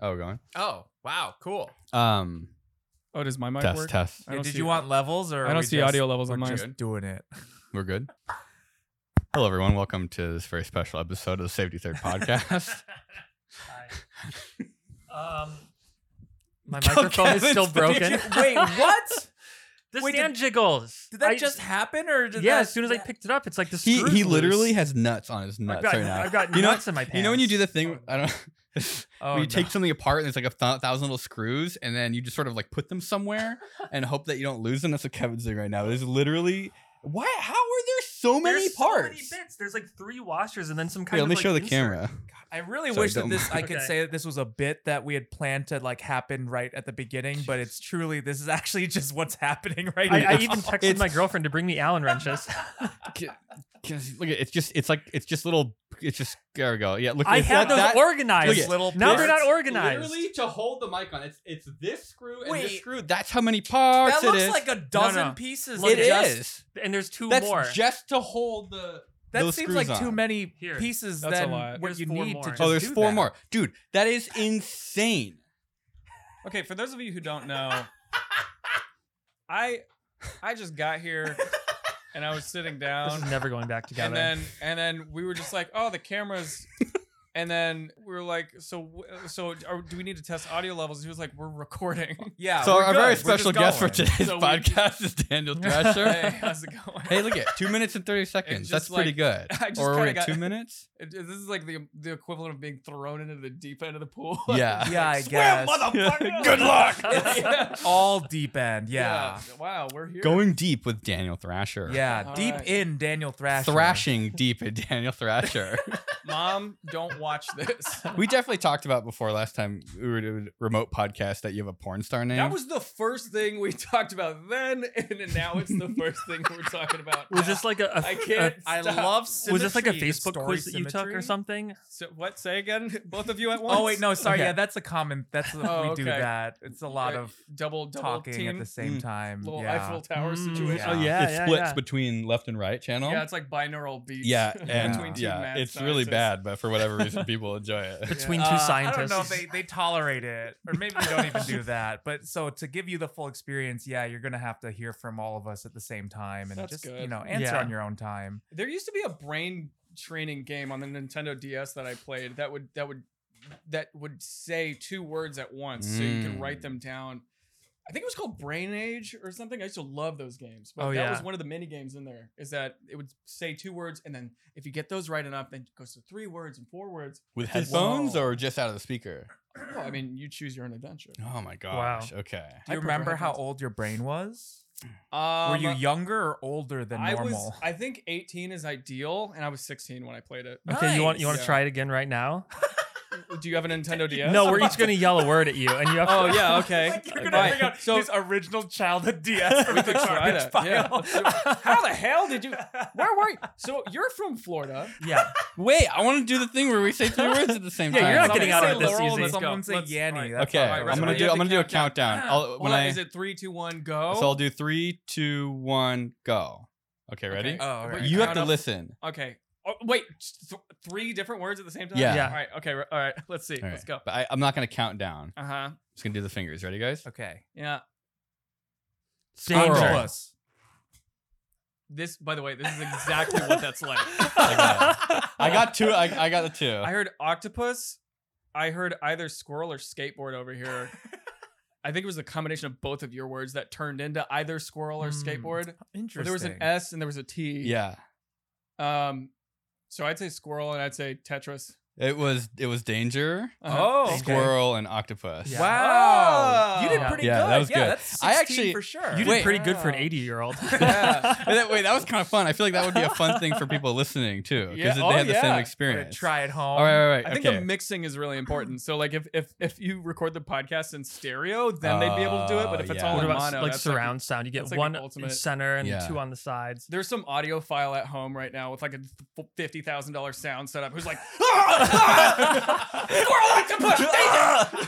Oh, we're going. Oh, wow, cool. Um, Oh, does my mic test, work? test. I Yeah, don't did see you it. want levels or? are I don't we see just- audio levels on We're mine. just doing it. We're good. Hello, everyone. Welcome to this very special episode of the Safety Third podcast. Um, My microphone is Kevin's still broken. video. wait, what? The Wait, did- stand jiggles. Did that I- just happen, or did yeah, That, as soon as I picked it up, it's like the he screws he literally loose. has nuts on his nuts I've got, right now. I've got you know, nuts in my pants. you know when you do the thing. I don't. Oh, when you no. take something apart and there's like a th- thousand little screws, and then you just sort of like put them somewhere and hope that you don't lose them. That's what Kevin's doing right now. There's literally why? How are there so There's many so parts? bits. There's like three washers and then some kind Here, of let me like, show the insert. camera. I really Sorry, wish that don't- this I could Okay. say that this was a bit that we had planned to like happen right at the beginning, but it's truly this is actually just what's happening right I, now. I even texted It's- my girlfriend to bring me Allen wrenches. Look, at it's just it's like it's just little. It's just there we go. Yeah, look. I it's that- had those that- organized. look at- little now they're it's not organized. Literally to hold the mic on. It's it's this screw and Wait. this screw. That's how many parts that it looks is. like a dozen no. pieces. Look, it of just- is. And there's two That's more. just to hold the. That Those seems like screws too on. many Here. pieces. That's a Then lot. what There's you four need more. to Oh, just Oh, there's do four that. more, dude. That is insane. Okay, for those of you who don't know, I I just got here and I was sitting this is down never going back together. and then and then we were just like, "Oh, the cameras." And then we were like, "So w- so are, do we need to test audio levels?" And he was like, "We're recording." Yeah. so we're our good. We're very just special guest for going. today's So we- podcast is Daniel Drescher. hey, hey. how's it going? look at two minutes and thirty seconds. just That's pretty like- good. I just Or were we kinda at got- two minutes? It- this is like the the equivalent of being thrown into the deep end of the pool. Yeah. Yeah, I Swim, guess. motherfucker. Good luck. Yeah. All deep end. Yeah. Wow, we're here. Going deep with Daniel Thrasher. Yeah. All Deep right. in Daniel Thrasher. Thrashing deep at Daniel Thrasher. Mom, don't watch this. we definitely talked about before last time we were doing a remote podcast that you have a porn star name. That was the first thing we talked about then, and now it's the first thing we're talking about. was now. this like a, a I can't. I stop. love. was this like a symmetry, the Facebook story quiz that you took symmetry. or something? So, what? Say again. Both of you at once. Oh wait, no, sorry. Okay. Yeah, that's a common. That's a, Oh, we do okay. that. It's a lot Yeah, of double double talking team, at the same Mm. time. little yeah. Eiffel Tower Mm, situation. yeah. it Oh, splits between left and right channel. Yeah, it's like binaural beats. Yeah, and between two yeah, mad it's really scientists. bad, but for whatever reason, people enjoy it. Between Uh, two scientists. I don't know if they, they tolerate it, or maybe they don't even do that. But so to give you the full experience, yeah, you're gonna have to hear from all of us at the same time, and That's just you good. know answer Yeah. on your own time. There used to be a brain training game on the Nintendo DS that I played that would that would that would say two words at once, so you can Mm. write them down. I think it was called Brain Age or something. I used to love those games. But Oh, that yeah. was one of the mini games in there. Is that it would say two words, and then if you get those right enough, then it goes to three words and four words. With Whoa. headphones or just out of the speaker? Well, I mean, you choose your own adventure. Oh my gosh. Okay. Do you I prefer remember how headphones. old your brain was? Um, Were you younger or older than I normal? was. I think 18 is ideal, and I was 16 when I played it. Okay, you want you want to Nice. try it again right now? Do you have a Nintendo DS? No, we're each gonna yell a word at you, and you have to. Oh yeah, okay. Like, you're gonna Alright, bring out so his original childhood DS from we the could try garbage that. Yeah, pile. let's do it. How the hell did you? Where were you? So you're from Florida. yeah. Wait, I want to do the thing where we say three words at the same Yeah, time. you're not Uh, Somebody getting out say of it this Laurel and easy. Someone say Let's- Yanny. alright. That's Okay, all right, I'm that's gonna all do. right. I'm gonna do a countdown. I'll, Hold when on, I is it three, two, one, go? so I'll do three, two, one, go. Okay, ready? Okay. Oh, all right. But you have count to up- listen. Okay. Oh, wait, th- three different words at the same time. Yeah. Yeah. All right. Okay. All right. Let's see. All Let's right. go. But I, I'm not gonna count down. Uh huh. I'm just gonna do the fingers. Ready, guys? Okay. Yeah. Squirrel. Danger. This, by the way, this is exactly what that's like. I got two. I, I got the two. I heard octopus. I heard either squirrel or skateboard over here. I think it was the combination of both of your words that turned into either squirrel or Hmm. Mm, skateboard. Or Interesting. there was an S and there was a T. yeah. Um, so I'd say squirrel and I'd say Tetris. It was. It was danger. Uh-huh. Oh, okay. Squirrel and octopus. Yeah. Wow. Oh. You did Yeah. pretty Yeah, good. that was yeah, good. that's 16 I actually- for sure. You did Wait. pretty good for an Wow. 80 year old. Yeah. And that, wait, that was kind of fun. I feel like that would be a fun thing for people listening too, Yeah, because oh, they had the yeah. same But I'm gonna experience. try at home. All right, all right, I okay. think the mixing is really important. So like if if if you record the podcast in stereo, then they'd be able to do it. But if it's Oh, all What in about s- mono, like that's surround sound? You get that's like the one in ultimate- center and Yeah. two on the sides. there's some audiophile at home right now with like a fifty thousand dollar sound setup who's like, "Ah,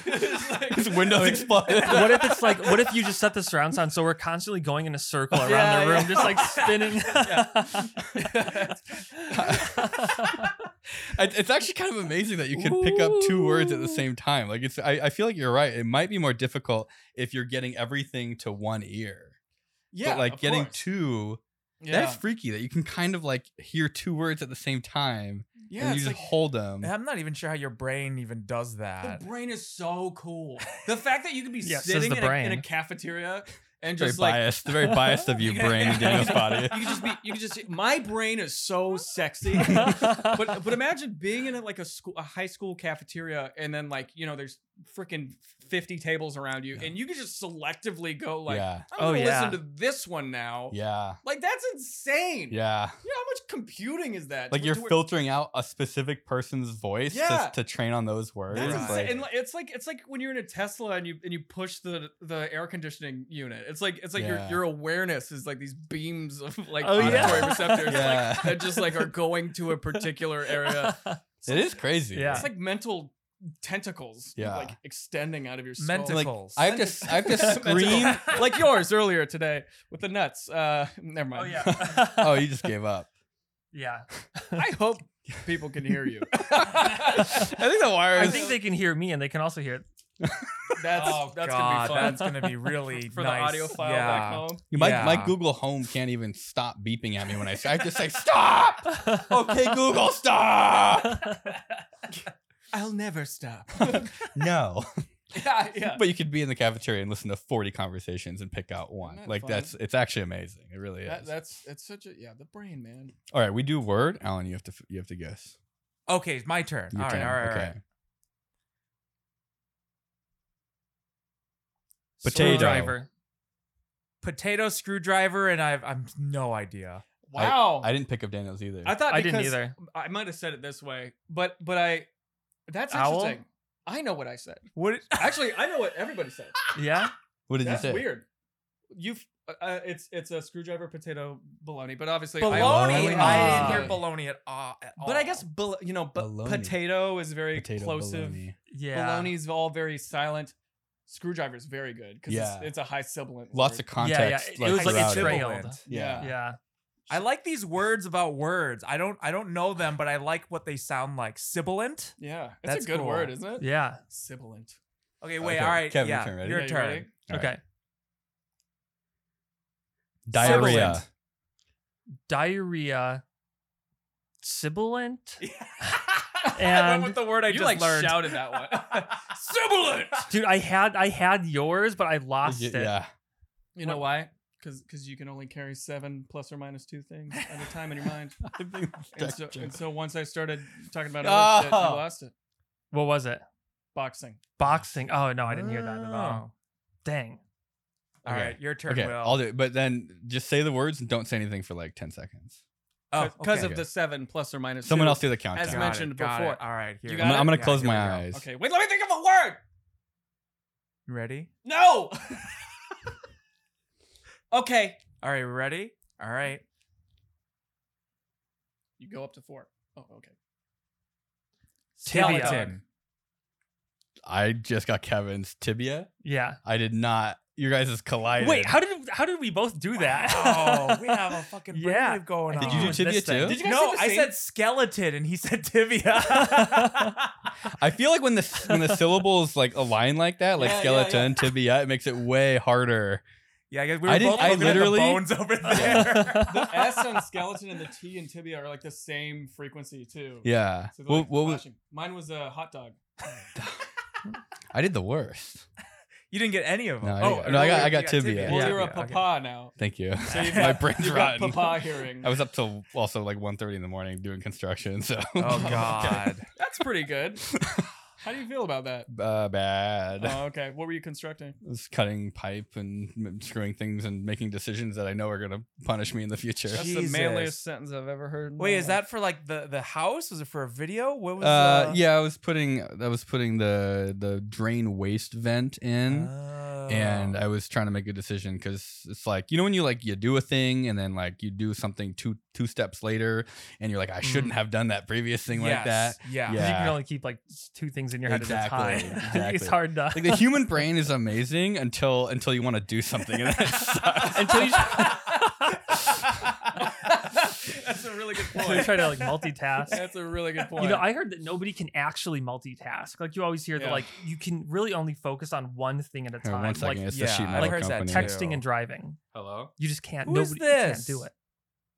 His windows exploded. what if it's like? What if you just set the surround sound so we're constantly going in a circle around Yeah, the room, yeah. just like spinning? It- It's actually kind of amazing that you can pick up two words at the same time. Like it's, I, I feel like you're right. It might be more difficult if you're getting everything to one ear. yeah, but like of getting course. two, yeah. that's freaky. That you can kind of like hear two words at the same time yeah, and it's you just like- hold them. I'm not even sure how your brain even does that. The brain is so cool. The fact that you could be Yeah, says sitting the in a, in a brain. cafeteria and very just like biased, very biased of you, brain and Daniel's body. you could just be you could just my brain is so sexy. but but imagine being in a, like a school a high school cafeteria and then like, you know, there's freaking 50 tables around you Yeah. and you could just selectively go like oh. yeah, I'm Oh, gonna yeah. listen to this one now. yeah, Like that's insane. yeah. You know how much computing is that? Like To- you're to where- filtering out a specific person's voice Yeah. to, to train on those words. That's Right. insane. Like, And like, it's like it's like when you're in a Tesla and you and you push the the air conditioning unit. It's like it's like Yeah. your your awareness is like these beams of like Oh, auditory yeah. receptors Yeah. like, that just like are going to a particular area. it is crazy. Yeah. It's like mental tentacles Yeah. like extending out of your skull. like Menticles. I have to, s- I have to Tentacle. scream. like yours earlier today with the nuts. Uh, never oh mind. yeah. Oh, you just gave up. yeah. I hope people can hear you. I think the wire I is. think they can hear me, and they can also hear. That's oh god, that's gonna be that's fun gonna be really for nice. the audio file yeah. back home. my, my Yeah. Google Home can't even stop beeping at me when I say. I have to say stop. It. Okay, Google, stop. I'll never stop. No, yeah, yeah. but you could be in the cafeteria and listen to forty conversations and pick out one. Isn't that Like fun? that's it's actually amazing. It really is. That, that's it's such a yeah the brain man. All right, we do word. Alan, you have to f- you have to guess. Okay, it's my turn. Your all right, turn. all right, all okay. right. Potato. Screwdriver. Potato screwdriver, and I've I'm no idea. Wow, I didn't pick up Daniels either. I thought I didn't because- either. I might have said it this way, but but I that's Owl? interesting. I know what I said. What? Actually, I know what everybody said. Yeah. what did That's you say? weird. You've uh, uh, it's it's a screwdriver potato bologna, but obviously I- Baloney. Baloney. I didn't Ah. hear baloney at all. At all. But I guess bol- you know, but Bologna. potato is very Potato plosive. bologna. Yeah. Bologna is all very silent. Screwdriver is very good because Yeah. it's, it's a high sibilant. Lots word. of context. Yeah, yeah. It, it was like throughout a it. trail. trailed. Yeah. Yeah. I like these words about words. I don't I don't know them, but I like what they sound like. Sibilant. yeah. It's That's a good cool. word, isn't it? Yeah. Sibilant. Okay, wait. Okay, All right. Kevin, your yeah, turn, ready? your Yeah, you turn. ready? All right. Okay. Diarrhea. Sibilant. Diarrhea. Sibilant. I went And- with the word I you just like learned. shouted that one. Sibilant. Dude, I had I had yours, but I lost Y- it. Yeah. You know why? Because you can only carry seven plus or minus two things at a time in your mind. And so, and so once I started talking about other shit, I Oh. lost it. What was it? Boxing. Boxing. Oh no, I didn't hear that at Oh. all. Dang. All Okay. right, your turn, okay, Will. I'll do it. But then just say the words and don't say anything for like 10 seconds. oh, Because okay. of the seven plus or minus Someone two. else do the countdown. As Got mentioned it, got before. it. All right, here. You I'm, got I'm it? gonna Yeah, close here my we go. eyes. Okay, wait, let me think of a word. You Ready? No. okay. All right, ready? All right. You go up to four. Oh, okay. Tibia. Skeleton. I just got Kevin's tibia. Yeah. I did not. Your guys is collided. Wait, how did how did we both do that? Oh, we have a fucking brain Yeah. wave going I on. Did think you do was tibia this thing. too? Did you guys no, say the I same- said skeleton, and he said tibia. I feel like when the s- when the syllables like align like that, like Yeah, yeah, yeah. skeleton, tibia, it makes it way harder. yeah, I guess we were I didn't- both I looking literally- at the bones over there. Yeah. The S on skeleton and the T and tibia are like the same frequency too. Yeah. So they're, What, like, what was? flashing. Mine was a hot dog. I did the worst. you didn't get any of them. No, Oh, I didn't- no, I got- I you got tibia. Well, Yeah. you're a Okay. papa now. Thank you. So you've my got- brain's you've got rotten. papa hearing. I was up till also like 1.30 in the morning doing construction. So Oh god. That's pretty good. How do you feel about that? Uh, bad. Oh, okay. What were you constructing? It's cutting pipe and m- screwing things and making decisions that I know are gonna punish me in the future. That's Jesus. the manliest sentence I've ever heard. in my Wait, is life. that for like the the house? Was it for a video? What was? Uh, yeah, I was putting I was putting the the drain waste vent in. Oh. and I was trying to make a decision because it's like you know when you like you do a thing and then like you do something two two steps later and you're like I shouldn't have done that previous thing like that. Yeah. Yeah. you can only keep like s- two things in your head at a Exactly, time. it's exactly. hard to Like the human brain is amazing until until you want to do something and then it sucks. until you That's a really good until you point. try to like multitask. That's a really good point. You know, I heard that nobody can actually multitask. Like you always hear that, Yeah. like you can really only focus on one thing at a Here, time. one second, like it's the yeah, sheet I've metal heard that company. too. Text- texting and driving, Hello. you just can't. Who is nobody you this? can't do it.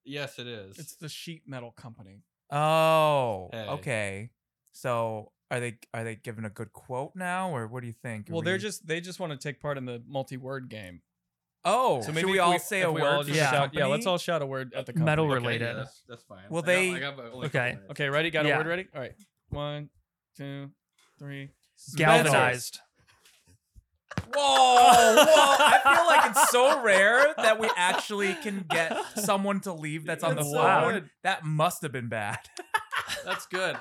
Yes, it is. it's the sheet metal company. Oh. Hey. Okay. So are they are they giving a good quote now, or what do you think? Are Well, they're we- just they just want to take part in the multi-word game. Oh, So so maybe should we if all we- say if a we word? all for just the Yeah. shout- yeah, let's company? all shout a word at the company. Metal Okay. Okay, related. that's, that's fine. Well, I got- they- I got a- only a couple Okay. minutes. Okay, ready? Got a Yeah. word ready? All right. One, two, three. Galvanized. Whoa, whoa! I feel like it's so rare that we actually can get someone to leave that's on That's the so phone. good. that must have been bad. That's good.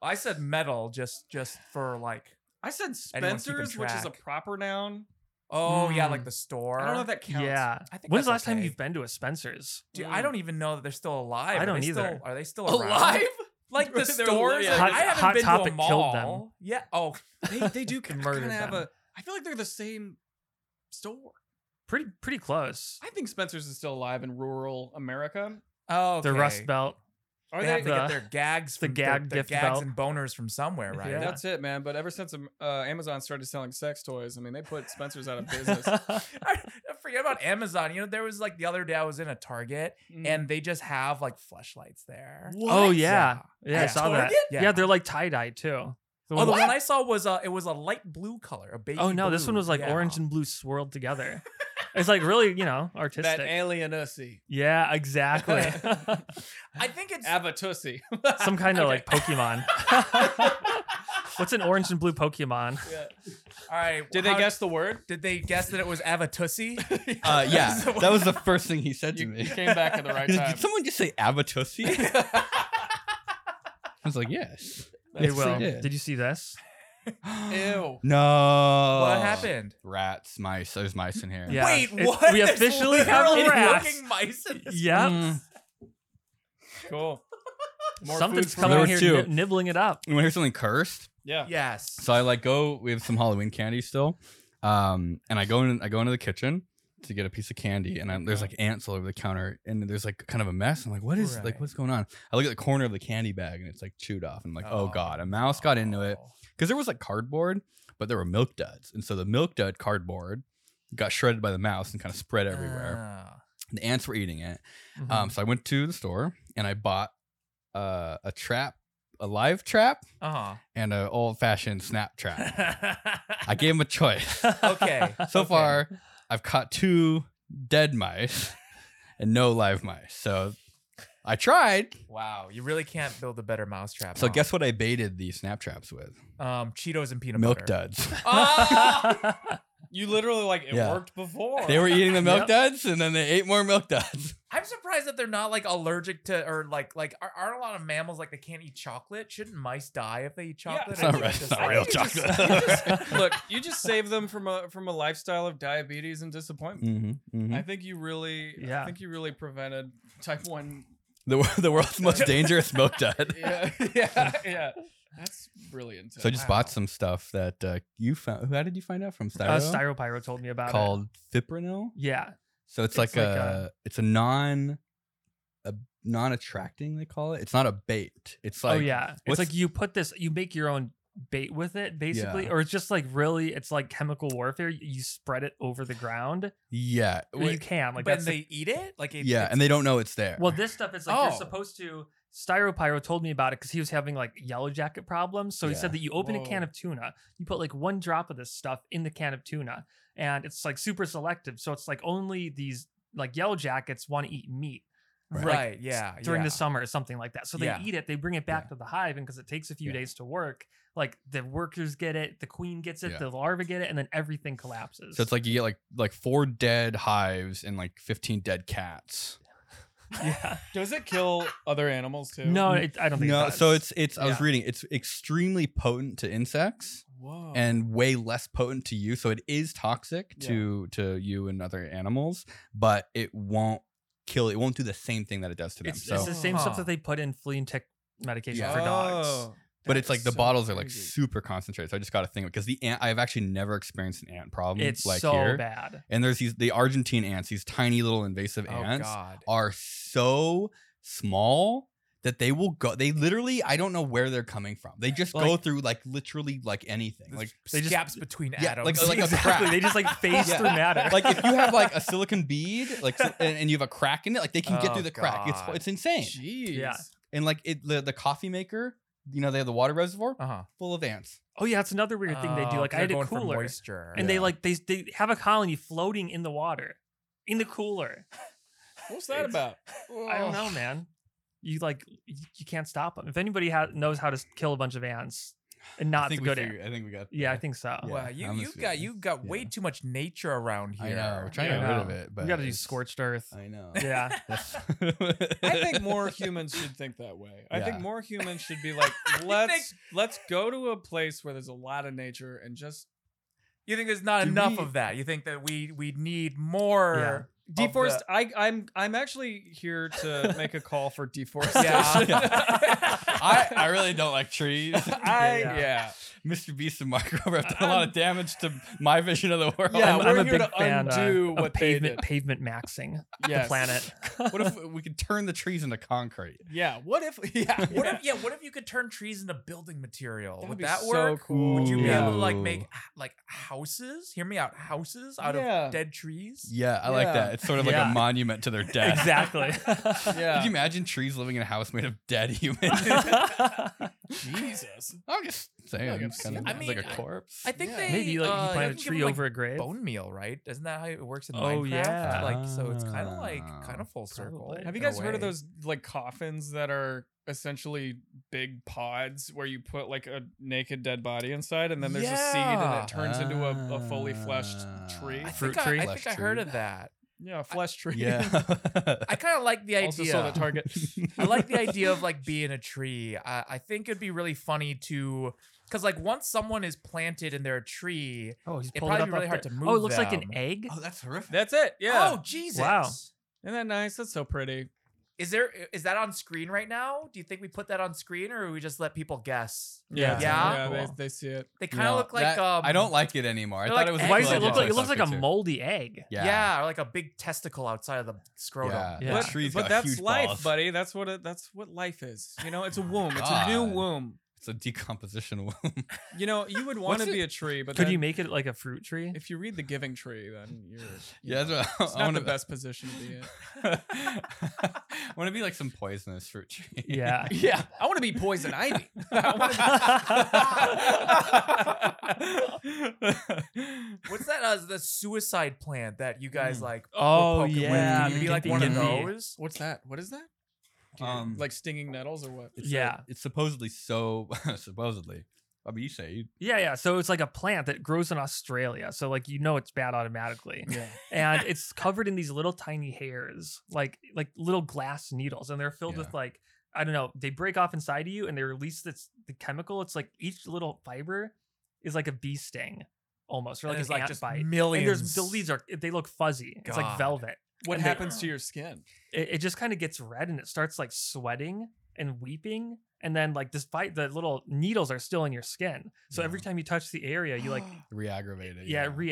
I said metal just just for like. I said Anyone keeping Spencer's, which is a track? proper noun. Oh yeah, Mm. like the store. I don't know if that counts. Yeah. I think When's the that's last time okay. you've been to a Spencer's? Dude, I don't even know that they're still alive. I Are don't they either. Still, are they still around? Alive? Like the They're stores? alive. Like, Hot- I haven't Hot been Topic to a mall. killed them. Yeah. Oh, They they do kind Murdered of have them. a. I feel like they're the same store. Pretty pretty close. I think Spencer's is still alive in rural America. oh. Okay. The Rust Belt. Are they, they? have to get The- their gags, the from, their- gag their gift gags belt. and boners from somewhere, right? Yeah. That's it, man. But ever since um, uh, Amazon started selling sex toys, I mean, they put Spencer's out of business. I I forget about Amazon. You know, there was like the other day I was in a Target Hmm. Mm. and they just have like flashlights there. Oh yeah, yeah, I At saw that. Target? Yeah. Yeah. they're like tie dye too. The Oh, the with- one I saw was uh, it was a light blue color, a baby. oh no, this one blue. was like Yeah. orange and blue swirled together. it's like really, you know, artistic. that alien ussy, yeah, exactly. I think it's avatussi. Some kind of like Pokemon. What's an orange and blue Pokemon? all right. Did they how- guess the word? Did they guess that it was Avatussi? Uh, yeah, So- that was the first thing he said to You, me. you came back at the right He's like, time. Did someone just say Abatussi? I was like, yes. Hey, Yes, they Will, did. did. you see this? Ew. No. What happened? Rats, mice. There's mice in here. Oh, Yeah. Wait, it- what? we There's officially have literal rats. Fucking mice in this. Yep. Mm. Cool. More food Something's for coming There in thought. were here two. nib- nibbling it up. You want to hear something cursed? Yeah. Yes. So I like go. We have some Halloween candy still, um, and I go in. I go into the kitchen to get a piece of candy, and I, there's like ants all over the counter, and there's like kind of a mess. I'm like, what is Right. like what's going on? I look at the corner of the candy bag, and it's like chewed off. I'm like, oh, Oh, god, a mouse got into it because there was like cardboard, but there were milk duds, and so the milk dud cardboard got shredded by the mouse and kind of spread everywhere. Ah. Mm-hmm. The ants were eating it. Mhm. Um, so I went to the store and I bought uh, a trap, a live trap, Uh-huh. and an old fashioned snap trap. I I gave him a choice. okay. So okay. far, I've caught two dead mice and no live mice. So I tried. Wow, you really can't build a better mousetrap. So huh? guess what I baited the snap traps with? um, Cheetos and peanut Milk butter. Oh! duds. You literally like it Yeah. worked before. they were eating the milk Yep. duds and then they ate more milk duds. I'm surprised that they're not like allergic to or like like are, aren't a lot of mammals like they can't eat chocolate? Shouldn't mice die if they eat chocolate? It's I not, think right, it's it's not just, like- real you just- chocolate. Look, you just saved them from a from a lifestyle of diabetes and disappointment. Mhm, mhm. I think you really, I Yeah. think you really prevented type one. The, wor- the world's most dangerous milk dud. Yeah, yeah, yeah. That's really intense. So I just Wow. bought some stuff that uh, you found. How did you find out from Styro? Uh, Styropyro told me about it. called Fipronil. Yeah, So it's, It's like, like a, it's a non a non attracting they call it. It's not a bait. It's like oh yeah, it's what's- like you put this, you make your own bait with it, basically, Yeah. or it's just like really, it's like chemical warfare. You- You spread it over the ground, yeah. or you Wait, can like But that's the- they eat it? Like it, yeah, it's- and they don't know it's there. well, this stuff is like you're Oh. supposed to. Styropyro told me about it because he was having like yellow jacket problems. So he Yeah. said that you open a can Whoa. of tuna, you put like one drop of this stuff in the can of tuna, and it's like super selective. So it's like only these like yellow jackets want to eat meat. Right. right. like, yeah. during yeah. the summer or something like that. So they Yeah. eat it, they bring it back Yeah. to the hive, and because it takes a few Yeah. days to work, Like the workers get it, the queen gets it, Yeah. the larvae get it, and then everything collapses. So it's like you get like like four dead hives and like fifteen dead cats. yeah, Does it kill other animals too? no, it, I don't think it No, does. so it's it's I was Yeah. reading it's extremely potent to insects Oh. Whoa. and way less potent to you. So it is toxic Yeah. to to you and other animals, but it won't kill. It won't do the same thing that it does to them. it's, so, it's the same stuff Huh. that they put in flea and tick medication Yeah. for dogs. Oh, but that it's like is the so bottles are like crazy. super concentrated. So I just got to think because the ant I've actually never experienced an ant problem. It's like so here. bad. And there's these the Argentine ants, these tiny little invasive Oh, ants. God. are so small that they will go they literally i don't know where they're coming from they just go Like- through like literally like anything like they they just just- gaps between yeah, atoms. like- like a Exactly. crack. They just like phase Yeah. through matter. like if you have like a silicon bead like so- and, and you have a crack in it like they can get Oh, through the crack it's God. it's insane Jeez. Yeah. and like it the, the coffee maker you know they have the water reservoir Uh, uh-huh. full of ants oh yeah, it's another weird thing they do. Oh, Like 'cause I had they're a going for cooler, moisture. and Yeah. they like they they have a colony floating in the water, in the cooler. What's that about? I don't Oh. know, man. You like you you can't stop them. If anybody ha- knows how to s- kill a bungot of ants and I not the think good we ant, figured- i think we got yeah, I think so. Yeah, Wow, you I'm you just- got you got way yeah. too much nature around i here. know we're trying I to get rid know. of it but we got to do it's- scorched earth. i know Yeah, That's- I think more humans should think that way. I Yeah. think more humans should be like, let's let's go to a place where there's a lot of nature and just You think there's not Do enough we- of that? You think that we we need more? the- deforest. I, I'm I'm actually here to make a call for deforestation. Yeah. I, I really don't like trees I Yeah. yeah. yeah. Mr. Beast and Micro have done a lot of damage to my vision of the world. Yeah, I'm, we're I'm a here to big fan uh, undo of what they pavement did. pavement maxing the planet. what if we could turn the trees into concrete? Yeah. What if? Yeah. What if yeah? What if you could turn trees into building material? That'd Would be that so work? cool. Would you be Yeah. able to like Ooh. make h- like houses? Hear me out. Houses out Yeah. of dead trees. Yeah, I like Yeah. that. It's sort of like Yeah. a monument to their death. exactly. Could Yeah. you imagine trees living in a house made of dead humans? Jesus. I'm just saying, I've it's kind of seen that. it's like I a mean, I- corpse. I think Yeah. they Maybe like uh, you plant a can give tree them, like, over a grave. bone meal, right? Isn't that how it works in Oh, Minecraft? yeah. Like so, it's kind of like Ah, kind of full circle. probably. Have you in a guys heard of way. those like coffins that are essentially big pods where you put like a naked dead body inside and then there's a seed and Yeah. it turns into a, a fully fleshed Ah. tree? I Fruit think I- tree? I think I Flesh heard tree. of that. Yeah, a flesh tree. yeah. I kind of like the idea. also sold at Target. I like the idea of like being a tree. I, I think it'd be really funny to, because like once someone is planted and they're a tree, Oh, he's It'd pulled it probably up be really up hard there. to Oh, it move looks like an them. egg. oh, that's horrific. That's it. Yeah. oh Jesus! Wow. Isn't that nice? That's so pretty. Is there is that on screen right now? Do you think we put that on screen or we just let people guess? Yeah. Yeah. Yeah, Cool. they, they see it. They kind of No, look like that- um, I don't like it anymore. I they're thought like it was. a eggs. Why cool does it idea, look so I like it looks stuck like a to it. moldy egg? Yeah. Yeah. or like a big testicle outside of the scrotum. Yeah. Yeah. The tree's but got that's huge life, balls. buddy. That's what it, that's what life is. You know, it's a Oh my womb. It's a new God. womb. It's a decomposition womb. You know, you would want What's to it- be a tree, but Could then you make it like a fruit tree? if you read the Giving Tree, then you're you yeah, know, that's what it's I not the wanna- best position to be in. want to be like some poisonous fruit tree. Yeah. Yeah, I want to be poison ivy. What's that? Uh, the suicide plant that you guys Mm. like? were Oh, poking with? yeah, You'd they be like get one of the- those. What's that? What is that? Um, like stinging nettles or what? it's Yeah. a- it's supposedly so. supposedly, I mean, you say you, Yeah, yeah. So it's like a plant that grows in Australia. So like you know it's bad automatically. Yeah. and it's covered in these little tiny hairs, like like little glass needles, and they're filled Yeah. with like I don't know. They break off inside of you, and they release this the chemical. It's like each little fiber is like a bee sting, almost, or like And an it's like ant just bite. millions. And there's the leaves are they look fuzzy. It's God. like velvet. What And they- happens to your skin? It, it just kind of gets red, and it starts like sweating and weeping. And then, like, despite the little needles are still in your skin, so every Yeah. time you touch the area, you like, reaggravate it. yeah, you it know.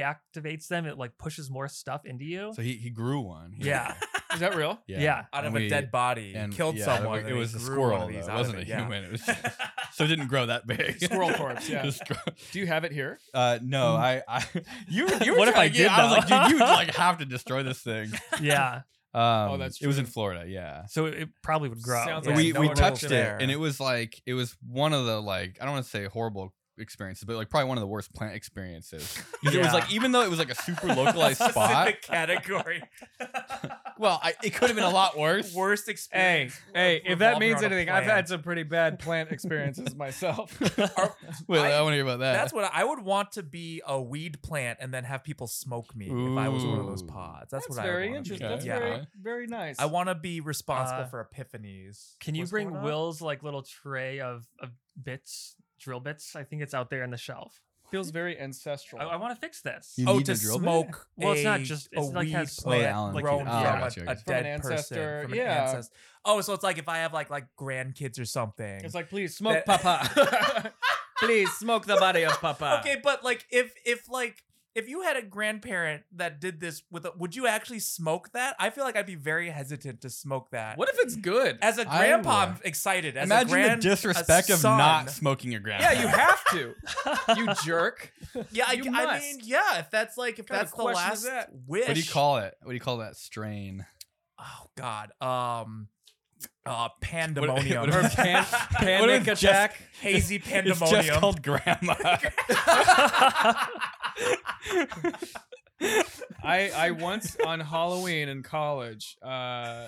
reactivates them. It like pushes more stuff into you. so he, he grew one. He- yeah, Is that real? yeah. out of and a we- dead body and killed yeah, someone. It, and was he a grew one of squirrel. Though. these It out of wasn't a it, yeah. human. It was just- so it didn't grow that big. Squirrel corpse, yeah. Just grow- Do you have it here? uh, no, I, I. You, you were What if trying I to get- did, I was though? like, you, you would like have to destroy this thing. yeah. Um, that's It was in true. Florida. Yeah. So it, it probably would grow. Sounds So Yeah, we no we one touched lives it there. and it was like it was one of the like I don't want to say horrible experiences, but like probably one of the worst plant experiences. 'Cause It was Yeah. like even though it was like a super localized spot. Specific category. Well, I, it could have been a lot worse. Worst Hey, experience. hey, if that revolving means around a anything, I've plan. had some pretty bad plant experiences myself. Wait, I- I, want to hear about that. That's what I, I would want to be a weed plant and then have people smoke me if I was one of those Ooh. pods. That's, That's what I would very wanna be. interesting. Okay. That's yeah. very, very nice. I want to be responsible Uh, for epiphanies. Can you What's going bring on? Will's like little tray of, of bits, drill bits? I think it's out there on the shelf. feels very ancestral. I, I want to fix this. You Oh, need to a drill bit? smoke. Well, it's not a- just- a it's like weed has- Oh, yeah, plant like grown an- ah, from gotcha, a, I a gotcha. dead From an person, ancestor, from an yeah. ancestor. Oh, so it's like if I have like like grandkids or something. It's like, please smoke That- Papa. please smoke the body of Papa. okay, but like if if like if you had a grandparent that did this with, a, would you actually smoke that? I feel like I'd be very hesitant to smoke that. What if it's good? As a I grandpa, would. I'm excited. As Imagine a grand, the disrespect a of not son. smoking your grandpa. yeah, you have to. You jerk. Yeah, I, You I must. mean, yeah. If that's like, if Kind of that's the question last is that? wish. What do you call it? What do you call that strain? Oh God. Um. Uh, pandemonium. what if- Pan- panic if Jeff- attack. hazy pandemonium. It's just called grandma. I, I once on Halloween in college uh,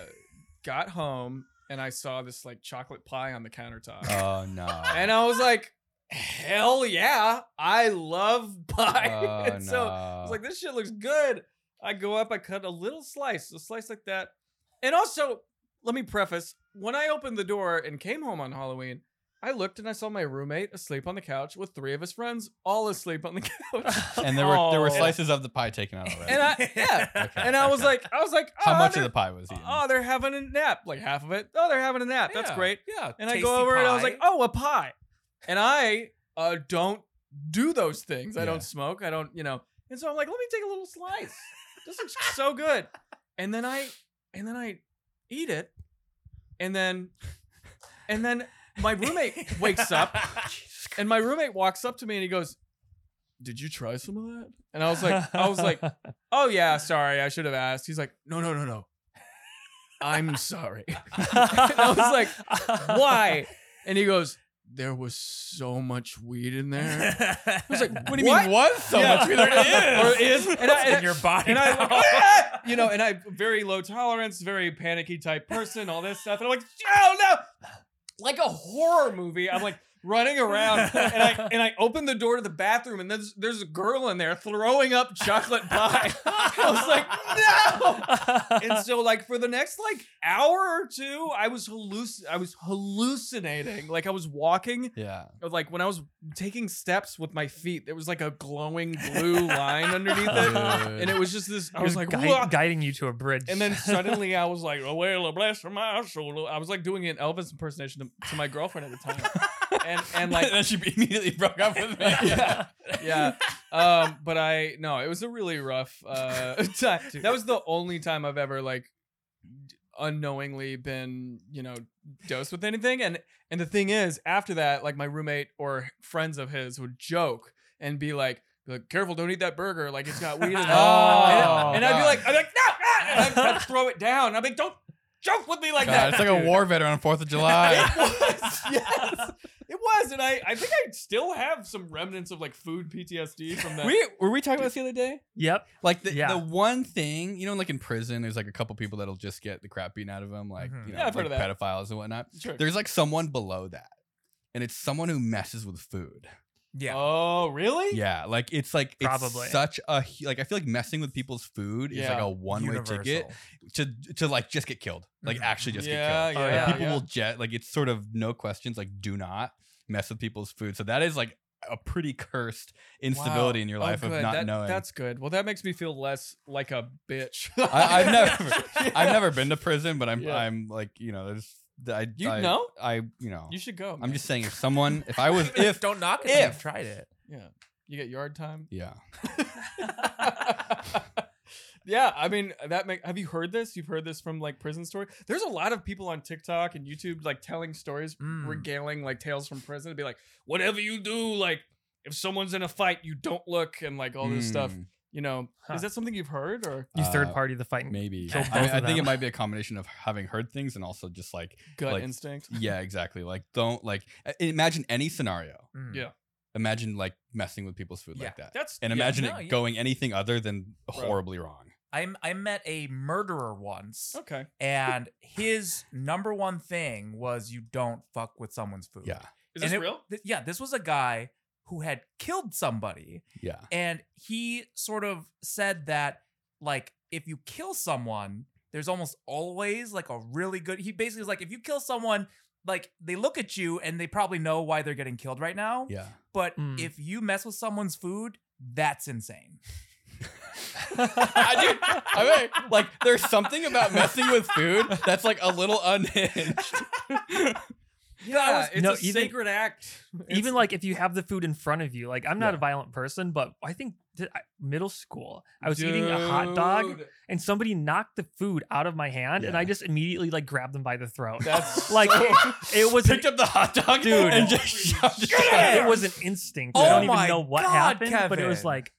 got home and I saw this like chocolate pie on the countertop. oh no. and I was like, hell yeah, I love pie. Oh, and so I no. was like, this shit looks good. I go up, I cut a little slice, a slice like that. And also, let me preface when I opened the door and came home on Halloween, I looked and I saw my roommate asleep on the couch with three of his friends, all asleep on the couch. and there were there were Oh. slices of the pie taken out already. And I, yeah. And I was like, I was like, oh, How much of they're- the pie was eaten? Oh, they're having a nap, like half of it. Oh, they're having a nap. That's Yeah. great. Yeah. And I tasty go over and I was pie. like, oh, a pie. And I uh, don't do those things. I Yeah. don't smoke. I don't, you know. And so I'm like, let me take a little slice. this looks so good. And then I, and then I eat it. And then, and then my roommate wakes up and my roommate walks up to me and he goes, did you try some of that? And I was like, I was like, oh yeah, sorry. I should have asked. He's like, no, no, no, no. I'm sorry. I was like, Why? And he goes, There was so much weed in there. I was like, What do you mean was so Yeah. much? There Or is. is. And I, in and, your body. and I now. like, "Ah!" you know, and I very low tolerance, very panicky type person, all this stuff. And I'm like, oh no. Like a horror movie. I'm like running around and I and I open the door to the bathroom and there's there's a girl in there throwing up chocolate pie. I was like, no and so like for the next like hour or two i was halluc- i was hallucinating like i was walking Yeah. like when i was taking steps with my feet there was like a glowing blue line underneath it and it was just this i Oh, It was like gui- "Whoa." guiding you to a bridge. and then suddenly i was like oh well a blast from my soul i was like doing an elvis impersonation to, to my girlfriend at the time and and like then she immediately broke up with me. yeah, yeah. Um, but I no, it was a really rough uh, time. That was the only time I've ever like d- unknowingly been you know dosed with anything. And and the thing is, after that, like my roommate or friends of his would joke and be like. be Like, careful, don't eat that burger. Like, it's got weed in it. Oh, and, I- and I'd be God. like, I'd be like, no, ah!" and I'd, I'd throw it down. I'd be like, don't joke with me like God, that. it's like a dude. war veteran on Fourth of July. It was, yes. It was. And I, I think I still have some remnants of like food PTSD from that. we were we talking about this the other day? yep. Like the, Yeah. the one thing, you know, like in prison, there's like a couple people that'll just get the crap beaten out of them, like Mhm. you know, Yeah, I've heard like of that. pedophiles and whatnot. Sure. There's like someone below that, and it's someone who messes with food. yeah. Oh, really? Yeah, like it's like it's Probably. such a hu- like I feel like messing with people's food is like Yeah. a one way Universal. ticket to to like just get killed, like Mhm. actually just get killed. yeah, Oh, Like, yeah, people yeah. will jet like it's sort of no questions like do not mess with people's food. So that is like a pretty cursed instability in your Oh, life of good. not That- knowing. That's good. Well, that makes me feel less like a bitch. I, I've never I've never been to prison, but I'm Yeah. I'm like you know there's I You I, know? I you know You should go. I'm man. just saying if someone if I was Even if don't knock it. till if- you've tried it. You get yard time. yeah yeah, I mean that. Make, have you heard this? You've heard this from like prison story. There's a lot of people on TikTok and YouTube like telling stories, Hmm. Mm. regaling like tales from prison. It'd be like, whatever you do, like if someone's in a fight, you don't look and like all this stuff. Mm, You know, Huh. is that something you've heard or You third Uh, party the fight. maybe Kill I, mean, both I of think it them. might be a combination of having heard things and also just like gut Like- instinct? yeah exactly like don't like i- imagine any scenario Mm. Yeah. imagine like messing with people's food like Yeah. that. That's And yeah. imagine No, it yeah. going anything other than horribly wrong. I I met a murderer once, Oh. Okay. and his number one thing was you don't fuck with someone's food. Yeah. Is this And it- real? th- yeah, this was a guy who had killed somebody, Yeah. and he sort of said that like if you kill someone there's almost always like a really good he basically was like if you kill someone like they look at you and they probably know why they're getting killed right now Yeah. but Mm. if you mess with someone's food that's insane I do. I mean, like, there's something about messing with food that's like a little unhinged. Yeah, it's No, a even- sacred act. even like if you have the food in front of you like i'm not Yeah. a violent person but i think th- I- middle school i was eating a hot dog Dude. and somebody knocked the food out of my hand and Yeah. i just immediately like grabbed them by the throat that's like it, it was an, Picked up the hot dog Dude. and just shoved it Shut down. up! it was an instinct Oh i don't my even know what God, happened but it was Kevin. like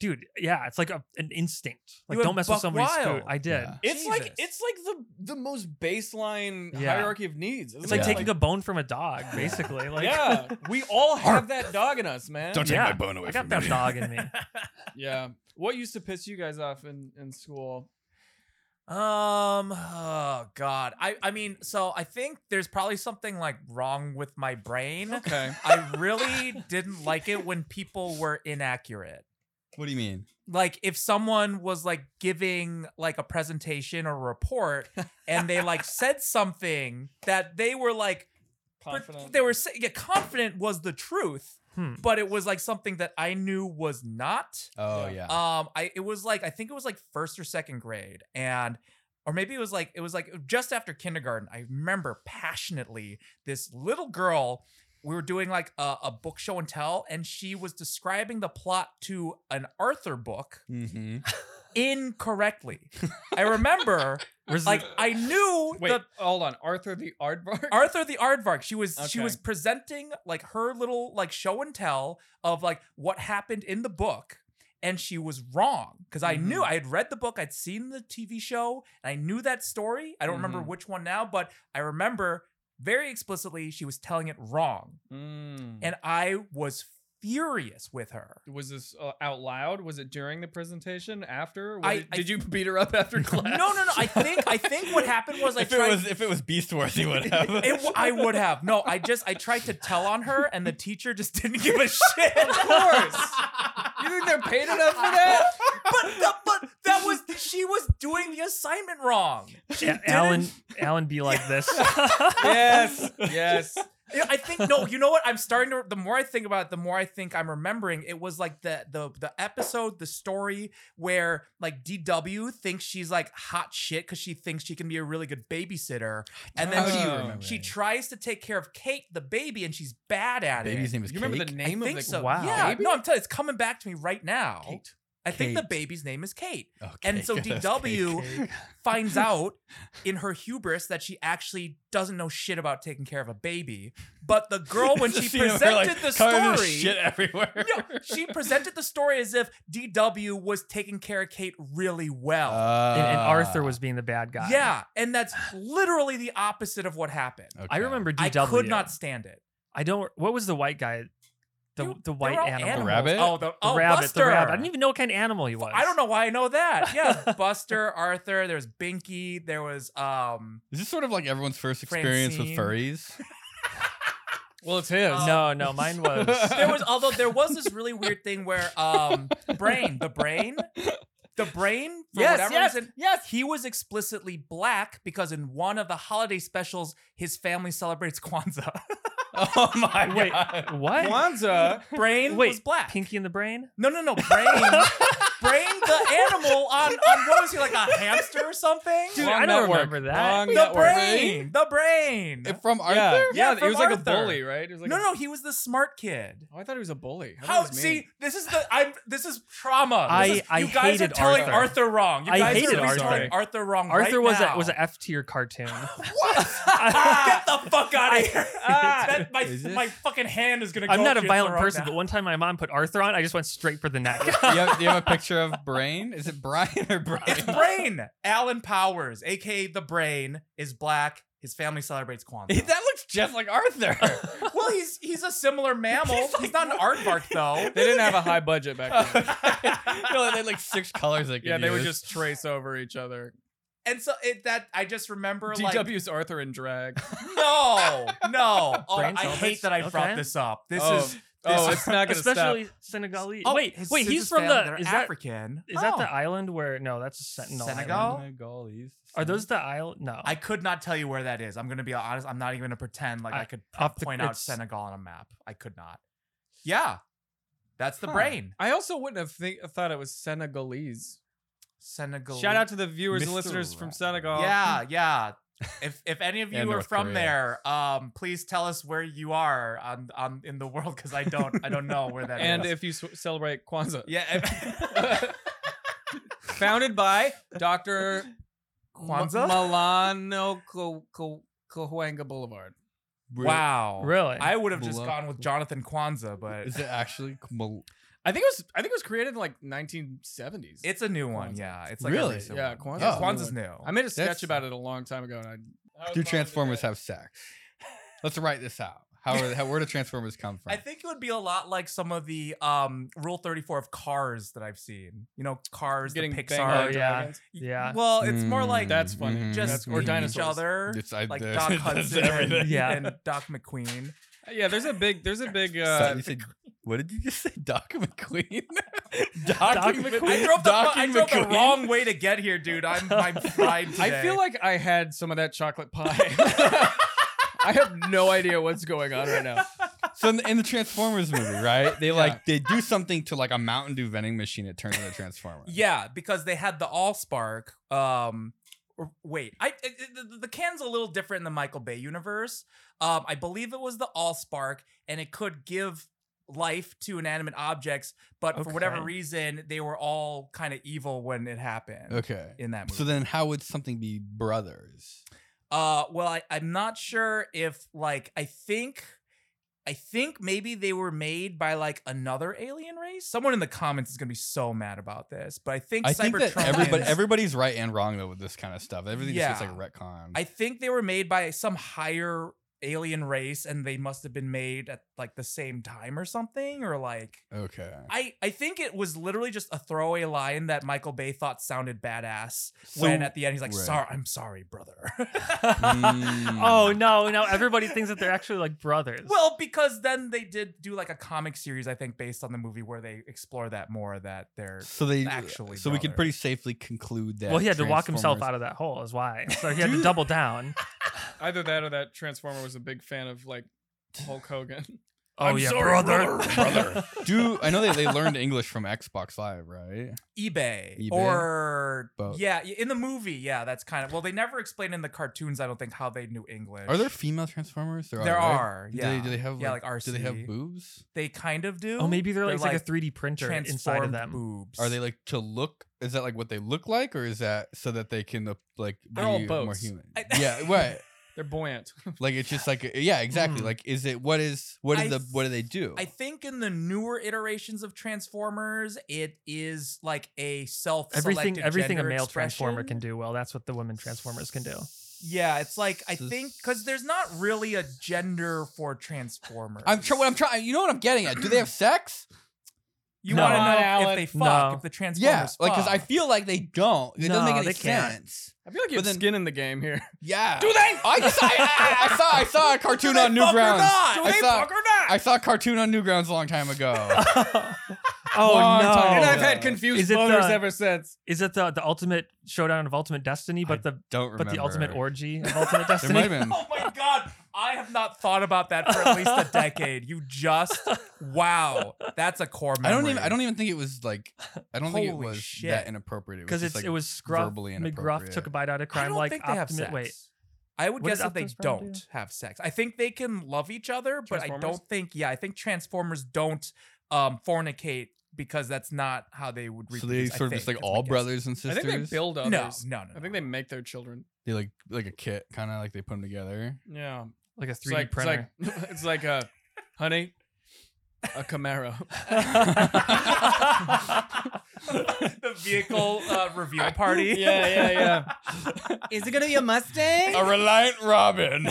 dude yeah it's like a, an instinct like went don't mess with buck somebody's wild. food i did Yeah. it's like Jesus. it's like the the most baseline Yeah. hierarchy of needs. it's like Yeah. taking a bone from a dog basically like yeah, we all have that dog in us, man. Don't take Yeah, my bone away i got from that me. dog in me yeah. What used to piss you guys off in in school? Um, oh god. I I mean, so I think there's probably something like wrong with my brain. Okay. I really didn't like it when people were inaccurate. What do you mean? Like if someone was like giving like a presentation or a report and they like said something that they were like per- Confident. they were sa- yeah, confident was the truth, Hmm. but it was like something that I knew was not. Oh, Yeah. yeah. Um, I it was like I think it was like first or second grade, and or maybe it was like it was like just after kindergarten. I remember passionately this little girl. We were doing like a, a book show and tell, and she was describing the plot to an Arthur book mm-hmm. incorrectly. I remember, Res- like, I knew Wait, the hold on. Arthur the Aardvark? Arthur the Aardvark. She was she Okay. was presenting like her little like show and tell of like what happened in the book, and she was wrong because I knew Mm-hmm. I had read the book, I'd seen the TV show, and I knew that story. I don't remember Mhm. Mm-hmm. which one now, but I remember very explicitly she was telling it wrong, Mm. and I was furious with her. was this uh, out loud? Was it during the presentation? I- After? Was it- I- did you beat her up after No, class? no, no. I think I think what happened was I if tried. it was if it was Beast Wars, he would have. It w- I would have. No, I just I tried to tell on her, and the teacher just didn't give a shit. Of course. You think they're paid enough for that? but the, but that was she was doing the assignment wrong. A- alan alan be like this yes. Yes. Yeah, I think no, you know what? I'm starting to. The more I think about it, the more I think I'm remembering. It was like the the the episode, the story where like DW thinks she's like hot shit because she thinks she can be a really good babysitter, and then Oh. she remember she tries to take care of Kate, the baby, and she's bad at Baby's it. name is You remember Cake? the I name of think the so. Wow. Yeah. baby? No, I'm telling you, it's coming back to me right now. Kate. I think the Kate. baby's name is Kate. Oh, And so Cake. That's DW Cake. finds out in her hubris that she actually doesn't know shit about taking care of a baby. But the girl, oh, when It's a she scene of her, like, presented the covered with story, shit everywhere. no, she presented the story as if DW was taking care of Kate really well. and, and arthur Ah, was being the bad guy yeah, and that's literally the opposite of what happened. okay. I remember I DW. could not stand it. I don't. What was the white guy? The You- the they white were all animal. animals. rabbit? Oh, the, The oh, rabbit. Buster. The rabbit. I didn't even know what kind of animal he was. I don't know why I know that. Yeah, Buster, Arthur. There was Binky. There was um. Is this sort of like everyone's first experience Francine. with furries? Well, it's uh, his. No, no, mine was. there was although there was this really weird thing where um brain the brain the brain for whatever reason yes. he was explicitly black because in one of the holiday specials his family celebrates Kwanzaa. oh my Wait. god! what? Kwanzaa. Brain Wait, was black. Pinky in the Brain. No, no, no. Brain, brain the animal on on what was he like a hamster or something? Dude, Wrong I don't network. remember that. Wrong the network. brain, the brain. If from Arthur? Yeah, yeah, Yeah, he from was like Arthur. a bully, right? He was like no, a- no, he was the smart kid. Oh, I thought he was a bully. I thought How he was mean. see this is the I'm this is trauma. This I- is, I you guys hated are telling Arthur. Arthur, wrong. You I guys hated are always telling Arthur. Arthur wrong. Arthur right was now. a was an F tier cartoon. Get the fuck out of here! Ah. That- my, Is this- my fucking hand is gonna. I'm go not a if you violent throw it person, now. but one time my mom put Arthur on, I just went straight for the neck. Do you, have, do you have a picture of Brain? Is it Brian or Brian? It's Brain. Alan Powers, aka the Brain, is black. his family celebrates Kwanzaa. that looks just like Arthur. well, he's he's a similar mammal. He's, He's like, not an aardvark though. They didn't have a high budget back then. no, they had like six colors. They could yeah, they would use. just trace over each other. And so it, that I just remember like DW's Arthur and drag. no, no. Oh, Brain I cells. hate that I brought Okay. this up. This oh, is oh, is- it's not gonna especially Senegalese. oh, wait, his wait, he's sister's from family, the. they're Is that, African. is that Oh. the island where? No, that's Sentinel. Senegal? Island. Senegalese. Are those the island? No. I could not tell you where that is. I'm going to be honest. I'm not even going to pretend like I, I- could p- off the- point out it's- Senegal on a map. I could not. Yeah. That's the Huh. brain. I also wouldn't have think, thought it was Senegalese. Senegal. Shout out to the viewers and Mr. listeners from Rat. Senegal. Yeah, yeah. If if any of And you are North from Korea. there, um, please tell us where you are on, on in the world because I don't I don't know where that is. And if you s- celebrate Kwanzaa, yeah, if- founded by Doctor Kwanzaa? Milano Co- Co- Cahuenga Boulevard. wow, really? I would have just Blo- gone with Jonathan Kwanzaa, but Is it actually? Kamal- I think it was. I think it was created in like 1970s. it's a new one. Kwanzaa. Yeah, it's like Really? A recent Yeah, one. Kwanzaa's Yeah, a new Kwanzaa's one. new. I made a sketch That's- about it a long time ago, and I Do Transformers have sex? Let's write this out. How are how, where do Transformers come from? I think it would be a lot like some of the um, Rule 34 of Cars that I've seen. You know, Cars, getting the banged Pixar. by Oh, yeah. dragons? yeah. Well, it's more Mm, like That's funny. mhm, just that's- mhm. eating or each dinosaurs. other. It's- I- like that's- Doc that's Hudson everything. and, Yeah. and Doc McQueen. Uh, Yeah, there's a big. There's a big. So Uh, you said, what did you just say? Doc McQueen? Doc I McQueen? drove, the, Doc I and drove the McQueen? wrong way to get here, dude. I'm, I'm fried today. I feel like I had some of that chocolate pie. I have no idea what's going on right now. So in the, in the Transformers movie, right? They like they do something to like a Mountain Dew vending machine. It turns into a transformer. Yeah, because they had the Allspark. Um, or- wait, I it- it- the, the can's a little different in the Michael Bay universe. Um, I believe it was the Allspark, and it could give life to inanimate objects, but for whatever Okay. reason, they were all kind of evil when it happened Okay. in that movie. So then, how would something be brothers? Uh, well, I, I'm not sure if like I think, I think maybe they were made by like another alien race. Someone in the comments is gonna be so mad about this, but I think I think that everybody, Cybertronians- everybody's right and wrong though with this kind of stuff. Everything just Yeah. gets like retcon. I think they were made by some higher alien race, and they must have been made at like the same time or something, or like. okay. I, I think it was literally just a throwaway line that Michael Bay thought sounded badass. So- when at the end he's like, right. "Sorry, I'm sorry, brother." Mm. Oh no! Now everybody thinks that they're actually like brothers. Hmm. Well, because then they did do like a comic series, I think, based on the movie where they explore that more. That they're So they actually actually. So we can brothers. pretty safely conclude that. Well, he had to walk himself out of that hole, is why. So he had to double down. Either that or that Transformer was a big fan of like Hulk Hogan. Oh I'm yeah, sorry, brother. Brother. Do I know that they learned English from Xbox Live, right? eBay, eBay? or Both. yeah, in the movie, yeah, that's kind of well. They never explain in the cartoons. I don't think how they knew English. Are there female Transformers? There right? are, Do they, yeah. do they have Yeah, like, like Do they have RC. boobs? They kind of do. Oh, maybe they're like, it's like, a 3D printer transformed inside of them. boobs. Are they like to look? Is that like what they look like, or is that so that they can uh, like be They're all more boats. human? I- yeah, right. They're buoyant. Like it's just like yeah, exactly. Mm. Like is it what is what I is the th- what do they do? I think in the newer iterations of Transformers, it is like a self-selected Everything, everything a gender male transformer expression. can do well. That's what the women transformers can do. Yeah, it's like I So- think because there's not really a gender for Transformers. I'm trying. What I'm trying. You know what I'm getting at? Do they have sex? You No. want to Come on, know if Alan. they fuck, No. if the Transformers Yeah, like because I fuck. feel like they don't. It doesn't make No, any they can't. sense. I feel like you But have then- skin in the game here. Yeah. Do they? I, just, I, I, I saw I saw a Do cartoon they on fuck or Newgrounds. not? Do I they saw- fuck or I not? saw a cartoon on Newgrounds a long time ago. oh Long no! time. And I've Uh, had confused is it mothers the- ever since. Is it the the ultimate showdown of ultimate destiny? But the don't remember. but the ultimate orgy of ultimate destiny. There might have been. Oh my god, I have not thought about that for at least a decade. You just wow, that's a core I memory. don't even. I don't even think it was like. I don't think it Holy was shit. that inappropriate. because just, it's like, it was Scruff verbally McGruff took a inappropriate. bite out of I crime don't like think they have Optimus- sex. Wait, I would What guess does that they Optimus Prime don't do? have sex. I think they can love each other, but I Transformers? don't think. Yeah, I think Transformers don't um, fornicate because that's not how they would. So they reproduce, I sort of just think. like That's my all guess. brothers and I sisters. think they build No, others. no, no, no. I think they make their children. They like like a kit, kind of like they put them together. Yeah. like a It's 3D like, it's like printer. it's like uh, honey, a Camaro. the vehicle uh, reveal party. yeah, yeah, yeah. Is it gonna be a Mustang? A Reliant Robin.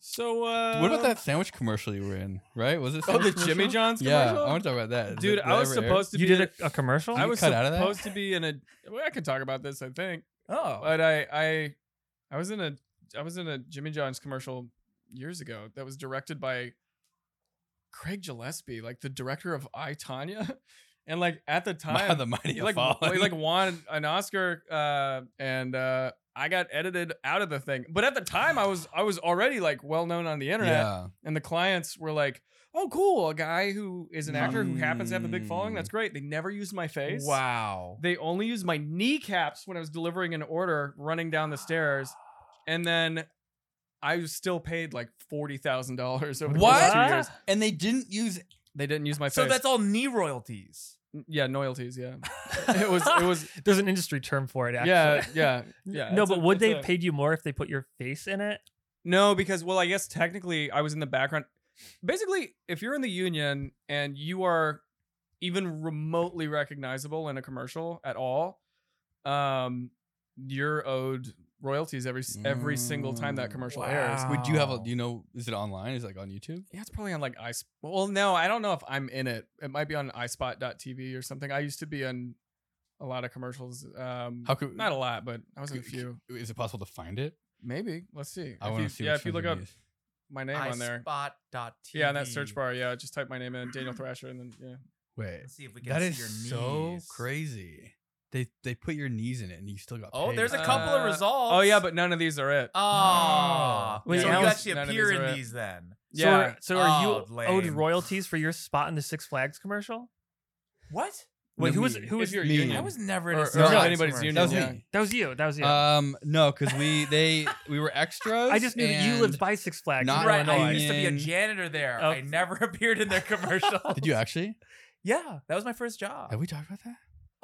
so uh, What about that sandwich commercial you were in? Right? Was it? Oh, the sandwich Jimmy commercial? John's Yeah, commercial. I want to talk about that. Is Dude, it- did I that was ever air? supposed to You be. did a, a commercial? I you was cut out of that? supposed to be in a. Well, I could talk about this, I think. oh, But I, I, I was in a, I was in a Jimmy John's commercial years ago that was directed by Craig Gillespie, like the director of I Tanya, and like at the My- time, the mighty he have like w- fallen. he like won an Oscar, uh, and uh, I got edited out of the thing. But at the time, I was I was already like well known on the internet, yeah. and the clients were like, "Oh, cool, a guy who is an actor who happens to have a big following. That's great." They never used my face. Mm. wow. They only used my kneecaps when I was delivering an order, running down the stairs, and then I was still paid like forty thousand dollars over the course What? of two years. And they didn't use. They didn't use my So face. that's all knee royalties. yeah, loyalties. Yeah, it was. It was. There's an industry term for it, actually. Yeah, yeah, yeah. no, it's a- but would it's they a- have paid you more if they put your face in it? No, because well, I guess technically I was in the background. Basically, if you're in the union and you are even remotely recognizable in a commercial at all, um, you're owed royalties every s- every single time that Mm, commercial airs. wow. Would you have a? Oh. Do you know? Is it online? Is it like on YouTube? Yeah, it's probably on like iSpot. Well, no, I don't know if I'm in it. It might be on iSpot.tv or something. I used to be in a lot of commercials. Um, How could not a lot, but I was in a c- few. Is it possible to find it? Maybe. Let's see. I If want you- to see. Yeah, which if you ones look it up is. my name on there. Spot.tv. Yeah, in that search bar. Yeah, just type my name in, Daniel Thrasher, and then yeah. Wait, Let's see if we can that see is your so knees. crazy. They they put your knees in it and you still got. Oh, paid. there's a Uh, couple of results. Oh yeah, but none of these are it. oh, Wait, so none you of actually these- none of appear these are in it. these then. So Yeah. are, so are Oh, you owed lame. royalties for your spot in the Six Flags commercial? What? Wait, No, who was me. who was if you're a me. I union, was never in a Or- or Six Flags anybody's commercial. that was Yeah. me. That was you. That was you. Um, no, because we they we were extras. I just knew that you lived and- by Six Flags. not in Right, I Illinois. used to be a Ryan. janitor there. Oh. I never appeared in their commercial. Did you actually? Yeah, that was my first job. Have we talked about that?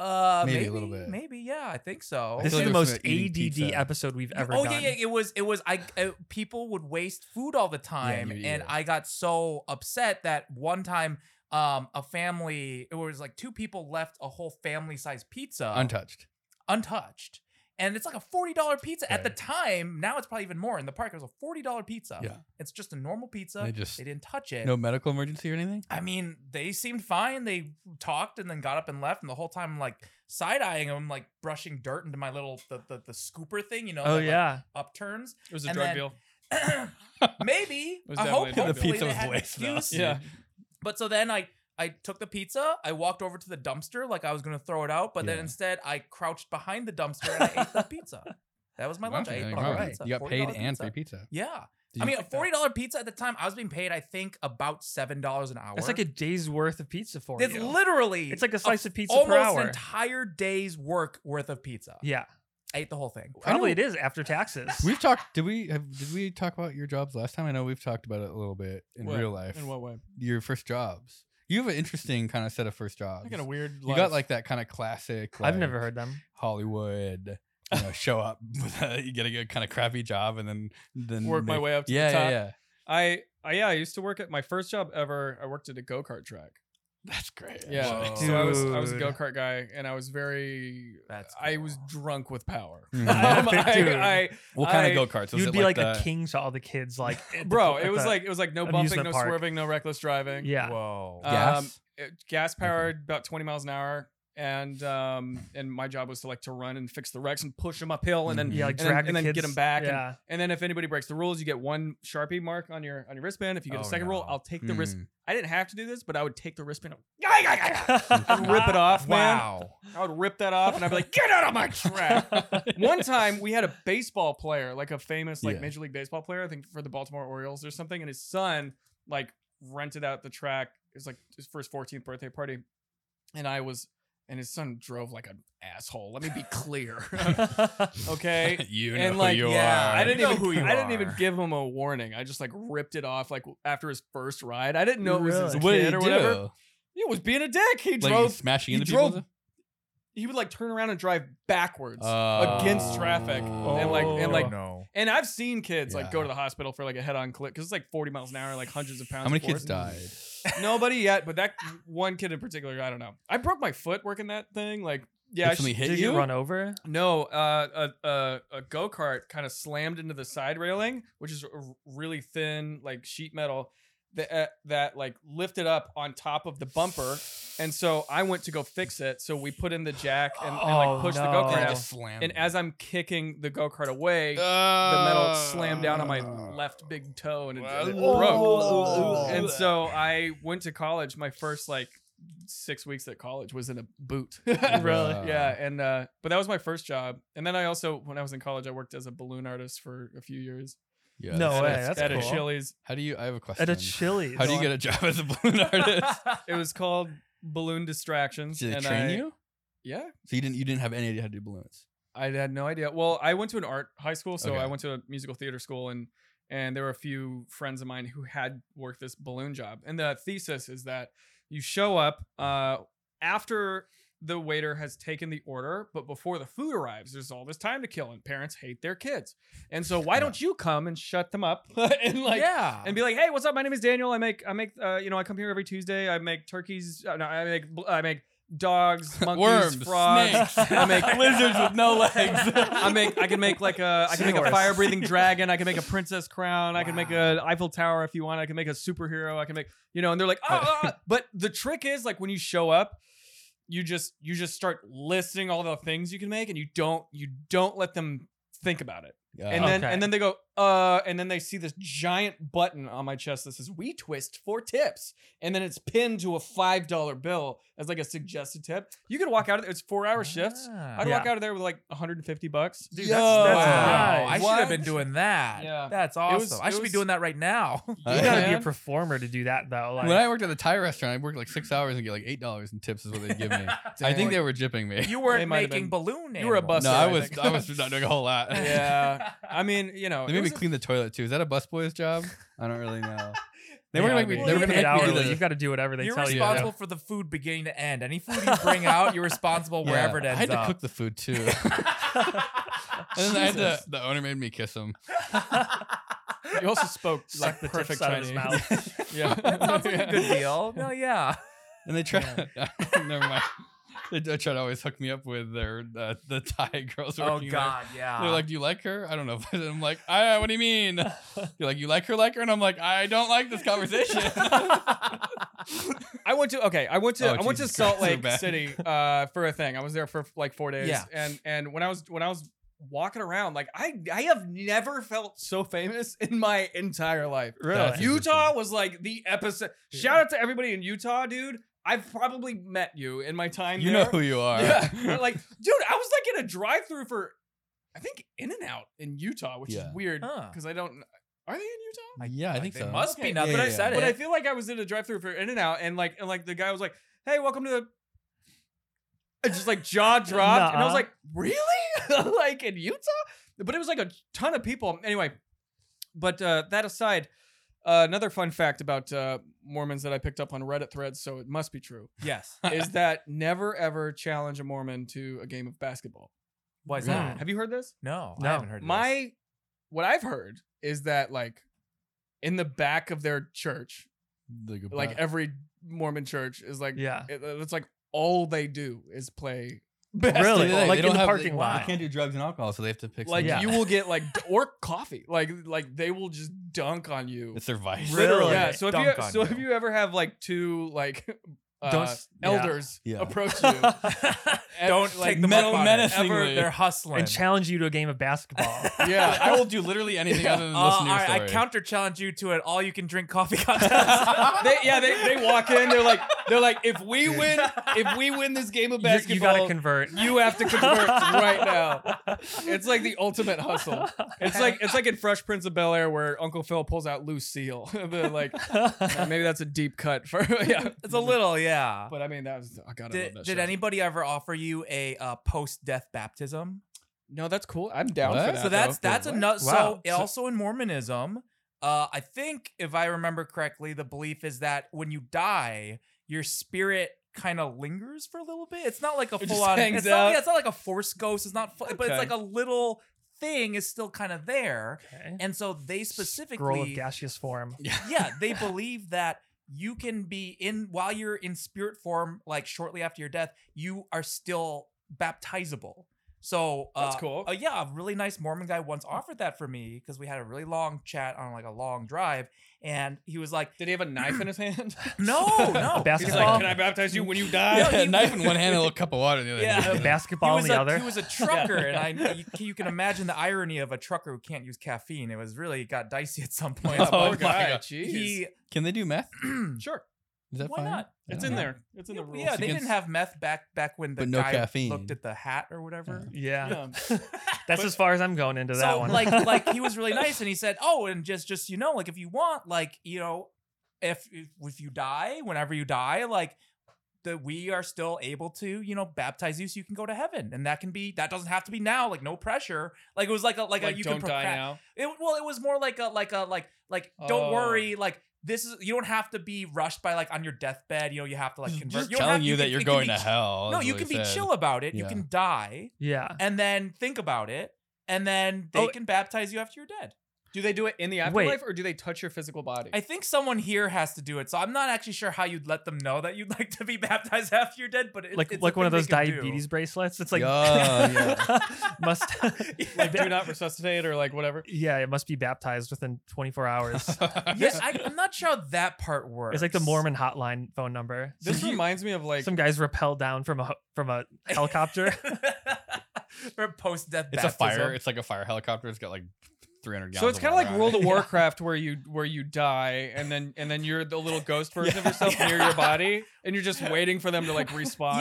Uh, Maybe maybe, a little bit. Maybe, yeah, I think so. I This feel is like the it was most from eating ADD pizza. episode we've ever oh done. yeah, yeah. It was it was I uh, people would waste food all the time, you- and yeah. I got so upset that one time, um, a family it was like two people left a whole family size pizza Uh, Untouched. untouched. And it's like a forty dollar pizza at the Right. time. Now it's probably even more in the park. It was a forty dollar pizza. Yeah. it's just a normal pizza. They They, just didn't touch it. no medical emergency or anything. I mean, they seemed fine. They talked and then got up and left. And the whole time, I'm like side eyeing them, like brushing dirt into my little the the, the scooper thing, you know? Oh that, like, yeah. upturns. it was a and drug then- deal. Maybe was I hope definitely hopefully a deal. dumb The pizza they was had an laced, though. excuse. Yeah. But so then I I took the pizza. I walked over to the dumpster like I was gonna throw it out, but then Yeah. instead I crouched behind the dumpster and I ate the pizza. That was my lunch. I ate the you, whole got- pizza. you got paid $40 and pizza. free pizza. Yeah, Did I you mean a get that? forty dollar pizza at the time. I was being paid, I think, about seven dollars an hour. That's like a day's worth of pizza for It's you. literally. it's like a slice of pizza almost per hour. an entire day's work worth of pizza. yeah. I ate the whole thing. Probably it is after taxes. We've talked. Did we have? Did we talk about your jobs last time? I know we've talked about it a little bit in What? real life. In what way? Your first jobs. You have an interesting kind of set of first jobs. I got a weird. you life. got like that kind of classic. I've never like, heard them. Hollywood. You know, show up with a, you get a kind of crappy job and then then work my make- way up to Yeah, the top. yeah, yeah. I, I yeah, I used to work at my first job ever. I worked at a go kart track. That's great. Yeah, actually. so I was I was a Dude. go kart guy, and I was very. That's I was cool. drunk with power. Mhm. Um, Dude. I, What kind I- of go karts? You'd be like, a king to all the kids. Like, I, at the- bro, at it was the- like it was like no bumping, amusement no park. swerving, no reckless driving. yeah. Whoa. Uh, Gas? Um, gas powered, about twenty miles an hour, and um, and my job was to like to run and fix the wrecks and push them uphill, and then Mm-hmm. Mhm. yeah, like and then- drag and the then get kids 'em back and- Yeah. and then if anybody breaks the rules, you get one sharpie mark on your on your wristband. If you get Oh, a second rule, no. Hmm. I'll take the wrist. Mm. I didn't have to do this, but I would take the wristband and And rip it off, man. Wow. I would rip that off and I'd be like, get out of my track. One time we had a baseball player, like a famous like Yeah. major league baseball player, I think for the Baltimore Orioles or something, and his son like rented out the track. It was like his first 14th birthday party. And I was and his son drove like an asshole. Let me be clear. okay. you know and, who like, you yeah, are. I didn't You know even who you I didn't even are. give him a warning. I just like ripped it off like after his first ride. I didn't know it was his Really? what did kid he or do? whatever. He was being a dick. He Like drove smashing he into drove people. he would like turn around and drive backwards Oh. against traffic and like and Oh. like no. and I've seen kids like go Yeah. to the hospital for like a head-on clip because it's like 40 miles an hour, like hundreds of pounds. How many of force. kids died? Nobody yet, but that one kid in particular, I don't know. I broke my foot working that thing. Like yeah, I Did something hit Did you you? get run over? No, uh, a, a, a go kart kind of slammed into the side railing, which is a r- really thin, like sheet metal that uh, that like lifted up on top of the bumper. And so I went to go fix it. So we put in the jack and, and Oh, like pushed the go And I no. kart just out. slammed And it. as I'm kicking the go kart away, the Ah. metal slammed down on my uh, left big toe and it, and it Wow. broke. Oh. And so I went to college. My first like six weeks at college was in a boot. Really? Yeah. And uh, but that was my first job. And then I also, when I was in college, I worked as a balloon artist for a few years Yeah, No that's- way, that's that's at cool. a Chili's. How do you? I have a question. At a Chili's. How do you get a job as a balloon artist? It was called Balloon Distractions. Did they and train I- you? Yeah. So you didn't you didn't have any idea how to do balloons. I had no idea. Well, I went to an art high school, so Okay. I went to a musical theater school, and and there were a few friends of mine who had worked this balloon job. And the thesis is that you show up uh, after the waiter has taken the order, but before the food arrives, there's all this time to kill, and parents hate their kids. And so, why Yeah. don't you come and shut them up and like yeah. and be like, "Hey, what's up? My name is Daniel. I make I make uh, you know I come here every Tuesday. I make turkeys. Uh, no, I make I make dogs, monkeys, Worms, frogs. snakes. I make Lizards with no legs. I make I can make like a I can make a Seahorse. fire breathing dragon. I can make a princess crown. I can make an Eiffel Tower if you want. I can make a superhero. I can make you know. And they're like, oh, oh, oh." but the trick is like when you show up. You just you just start listing all the things you can make, and you don't you don't let them think about it and then Okay. and then they go uh and then they see this giant button on my chest that says we twist for tips and then it's pinned to a five dollar bill as like a suggested tip you could walk out of there it's four hour shifts i'd walk Yeah. out of there with like 150 bucks Dude, Yo. that's, that's Wow. wow. I should What? have been doing that. Yeah. That's was- awesome. I it should be was- down. doing that right now. Uh, You gotta be a man. performer to do that though. Like, when I worked at the Thai restaurant, I worked like six hours and get like eight dollars in tips is what they give me. I think they were gypping me. you They weren't might have making been- balloon. You were a animals. busser, no, I I was think. I was not doing a whole lot. yeah i mean you know They it made me was a- clean the toilet too. Is that a busboy's job? I don't really know. They Yeah, were gonna I make me. mean, They you were gonna paid make me do hourly. the- You've got to do whatever they you're tell you. to responsible for the food beginning to end. Any food you bring out, you're responsible Yeah, wherever it ends I had to up. cook the food too. and then I had to, the owner made me kiss him. you also spoke do. like Suck the perfect tips out of his Chinese. mouth. yeah that sounds like a good deal. No, yeah. And they tried. Never mind. They d- tried to always hook me up with their uh, the Thai girls. Oh working there. God, yeah. They're like, "Do you like her?" I don't know. And I'm like, "I. What do you mean?" You're like, "You like her, like her," and I'm like, "I don't like this conversation." I went to okay. I went to Oh, I went to Jesus Salt Christ, so Lake bad. City uh, for a thing. I was there for like four days. Yeah. And and when I was when I was walking around, like I I have never felt so famous in my entire life. That's really? Utah was like the episode. Shout out to everybody in Utah, dude. I've probably met you in my time. you know there. who you are. Yeah. But, like, dude, I was like in a drive-through for, I think In and Out in Utah, which Yeah. is weird Huh. because I don't. Are they in Utah? yeah, I Like, think they so. must be Okay. now Yeah, that yeah, I yeah. said But I it. feel like I was in a drive-through for In and Out, and like and like the guy was like, "Hey, welcome to the," and just like jaw dropped, and I was Nuh-uh. like, "Really? like in Utah?" But it was like a ton of people. Anyway, but uh, that aside, uh, another fun fact about uh, Mormons that I picked up on Reddit threads, so it must be true, yes. is that never ever challenge a Mormon to a game of basketball. Why is Really? that? Have you heard this? No, No. I haven't heard of this. my what I've heard is that like in the back of their church Like, a like ba- every Mormon church is like Yeah. it- it's like all they do is play Really? They- they Like in don't the have- parking they, lot. They can't do drugs and alcohol, so they have to pick. like something. Yeah. you will get like d- or coffee like like they will just dunk on you it's their vice. Really? Literally, yeah so if you dunk on so if you. you ever have like two like uh, Don't s- yeah. elders Yeah. approach you Don't like, take the metal up on it. menacingly. Ever, they're hustling. and challenge you to a game of basketball. Yeah, yeah I will do literally anything other than Uh, listen to your all right, story. I counter challenge you to an all you can drink coffee contest. they, yeah they, they walk in they're like they're like if we win if we win this game of You- you, gotta basketball convert. you have to convert right now It's like the ultimate hustle. It's like it's like in Fresh Prince of Bel Air where Uncle Phil pulls out Lucille. the, like maybe that's a deep cut for yeah. it's a little, yeah. But I mean that was I gotta love Did, that. did show. anybody ever offer you a uh, post-death baptism? No, that's cool. I'm down What? for that. so that's though. that's What? another. Wow. So also in Mormonism, uh, I think if I remember correctly, the belief is that when you die, your spirit kind of lingers for a little bit. It's not like a It full just on. hangs It's not, out. yeah, it's not like a force ghost. It's not, fu- but Okay. it's like a little thing is still kind of there. Okay. And so they Scroll of specifically, gaseous form. yeah, they believe that you can be in while you're in spirit form, like shortly after your death, you are still baptizable. So uh, That's cool. uh, yeah, a really nice Mormon guy once offered that for me because we had a really long chat on like a long drive, and he was like, Did he have a knife in his hand? "No, no, A basketball. He's like, can I baptize you when you die? No, he- knife in one hand and a little cup of water in the other. Yeah. hand. basketball he in was the a, other. He was a trucker, and I you, you can imagine the irony of a trucker who can't use caffeine. It was really got dicey at some point. Oh Oh, my But God. God. Jeez. he, Can they do meth? sure. Is that Why fine? not? I It's don't in know. there. It's in the rules. yeah, they against- didn't have meth back back when the But no guy caffeine. looked at the hat or whatever. yeah. Yeah. That's But- as far as I'm going into that so one. like like he was really nice and he said oh and just just you know like if you want like you know if if, if you die whenever you die like that we are still able to you know baptize you so you can go to heaven and that can be that doesn't have to be now like no pressure like it was like a like, Like, a you don't can die procra- now. it, well it was more like a like a like like don't Oh. worry like this is you don't have to be rushed by like on your deathbed you know you have to like convert Just you don't telling have, you, that can- you're it can going be to ch- hell. no is you what can he be said. chill about it Yeah. you can die yeah. and then think about it, and then they Oh, can baptize you after you're dead. Do they do it in the Wait. afterlife or do they touch your physical body? I think someone here has to do it, so I'm not actually sure how you'd let them know that you'd like to be baptized after you're dead. But it, Like it's a like one of thing those they can do. diabetes bracelets. It's like Yeah, must like, do not resuscitate or like whatever. yeah, it must be baptized within 24 hours. Yeah, I, I'm not sure how that part works. It's like the Mormon hotline phone number. This reminds me of like Some guys rappel down from a ho- from a helicopter. for post-death. It's a fire. baptism. It's like a fire helicopter. It's got like 300 gallons. so it's kind of like World on of it. Warcraft where you where you die and then and then you're the little ghost version of Yeah. yourself near your body and you're just waiting for them to like respawn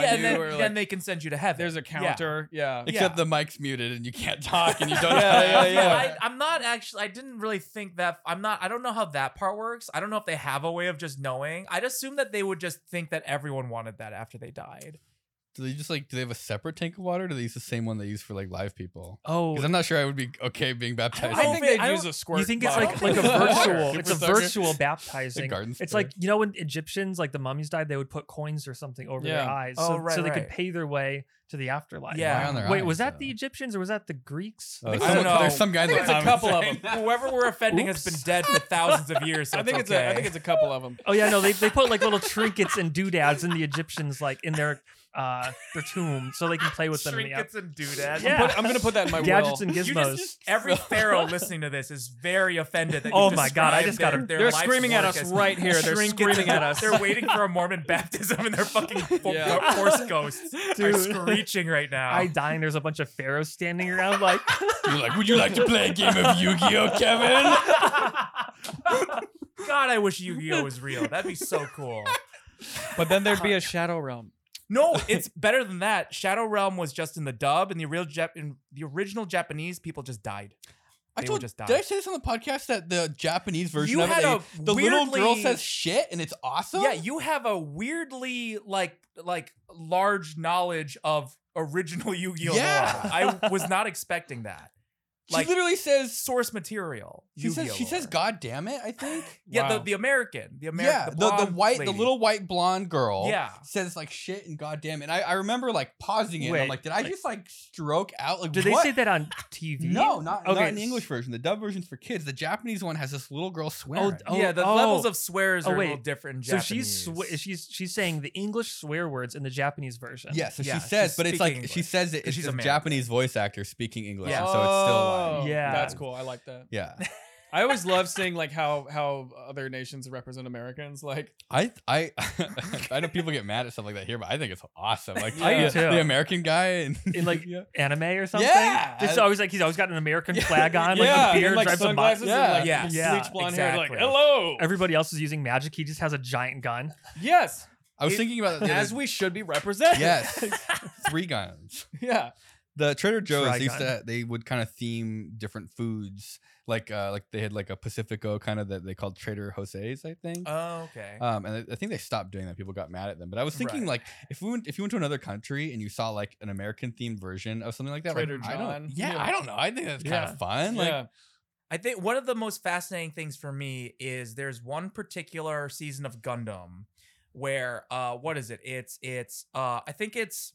Yeah, you and then, or like then they can send you to heaven. there's a counter. Yeah. Except Yeah. the mic's muted and you can't talk and you don't. Yeah, yeah, yeah, I, I'm not actually. I didn't really think that. I'm not. I don't know how that part works. I don't know if they have a way of just knowing. I'd assume that they would just think that everyone wanted that after they died. Do they just like? Do they have a separate tank of water? Or do they use the same one they use for like live people? oh, Because I'm not sure I would be okay being baptized. I I don't think think- they'd I use don't- a squirt. you think it's bottle. like like a Water. virtual? It's a Super sucker. virtual The baptizing. garden It's spray. like you know when Egyptians like the mummies died, they would put coins or something over their Yeah. eyes, Oh, so, right, so they right. could pay their way to the afterlife. Yeah. Why on their Wait, eyes, was that though? the Egyptians or was that the Greeks? Uh, I don't someone- know. There's some guy I in think the it's a comments couple of saying them. that. Whoever we're offending has been Oops. dead for thousands of years. So I think it's okay. a I think it's a couple of them. Oh yeah, no, they they put like little trinkets and doodads in the Egyptians like in their uh their tomb, so they can play with them. In the trinkets and doodadads. Yeah. I'm, put, I'm gonna put that in my af- gadgets will. and You gizmos. just, every pharaoh listening to this is very offended that. Oh you my God, I described just gotta- their, their They're life's screaming at work us as right here. They're trinkets and- screaming at us. They're waiting for a Mormon baptism, and their fucking fo- Yeah. horse ghosts are Dude. screeching right now. I die and there's a bunch of pharaohs standing around like You're like, would you like to play a game of Yu-Gi-Oh, Kevin? God, I wish Yu-Gi-Oh was real. That'd be so cool. But then there'd be a shadow realm. No, it's better than that. Shadow Realm was just in the dub, and the real Jap- in the original Japanese people just died. I They told. would just Did die. I say this on the podcast that the Japanese version You of it, had a they- the little girl weirdly- says shit and it's awesome. yeah, you have a weirdly like like large knowledge of original Yu-Gi-Oh! Yeah. lore. I was not expecting that. she Like literally says. source material. She says. Yu-Gi-Oh! She says, lore. "God damn it!" I think. Yeah, Wow. the, the American, the American, yeah, the, the, the, blonde white, the lady. little white blonde girl. Yeah. says like shit and goddamn. And I, I remember like pausing it. and I'm Wait, like, did I just like stroke out? Like, Did they what? say that on TV? No, not, Okay. not in the English version. The dub version's for kids. The Japanese one has this little girl swearing. Oh, yeah, the levels oh. of swears Oh, are a little wait. different. In So Japanese. she's swe- she's she's saying the English swear words in the Japanese version. yeah, so yeah, she says, she's but it's like speaking she English, says it. 'cause It's she's a American. Japanese voice actor speaking English, Yeah. and so it's still like, Oh, Yeah. that's cool. I like that. yeah. I always love seeing like how how other nations represent Americans. Like I I I know people get mad at stuff like that here, but I think it's awesome. Like I do the, too. the American guy and In, like, yeah. Anime or something. Yeah. It's always like he's always got an American flag on, like yeah, a beard, and, like drives a mo- sunglasses, Yeah. and, like, Yes. bleach Yeah, blonde hair. Like exactly. hello. Everybody else is using magic. He just has a giant gun. yes, I was It- thinking about that the as other- we should be represented. yes, three guns. yeah. the Trader Joe's they used Trigon. to they would kind of theme different foods like uh like they had like a Pacifico kind of that they called Trader Jose's I think. Oh, okay. um, and I- I think they stopped doing that. People got mad at them. But I was thinking, Right. like, if we went, if you went to another country and you saw like an American themed version of something like that, like, Trader I don't- John. yeah, Yeah. I don't know. I think that's kind Yeah. of fun. Like, yeah. I think one of the most fascinating things for me is there's one particular season of Gundam where uh what is it? It's it's uh I think it's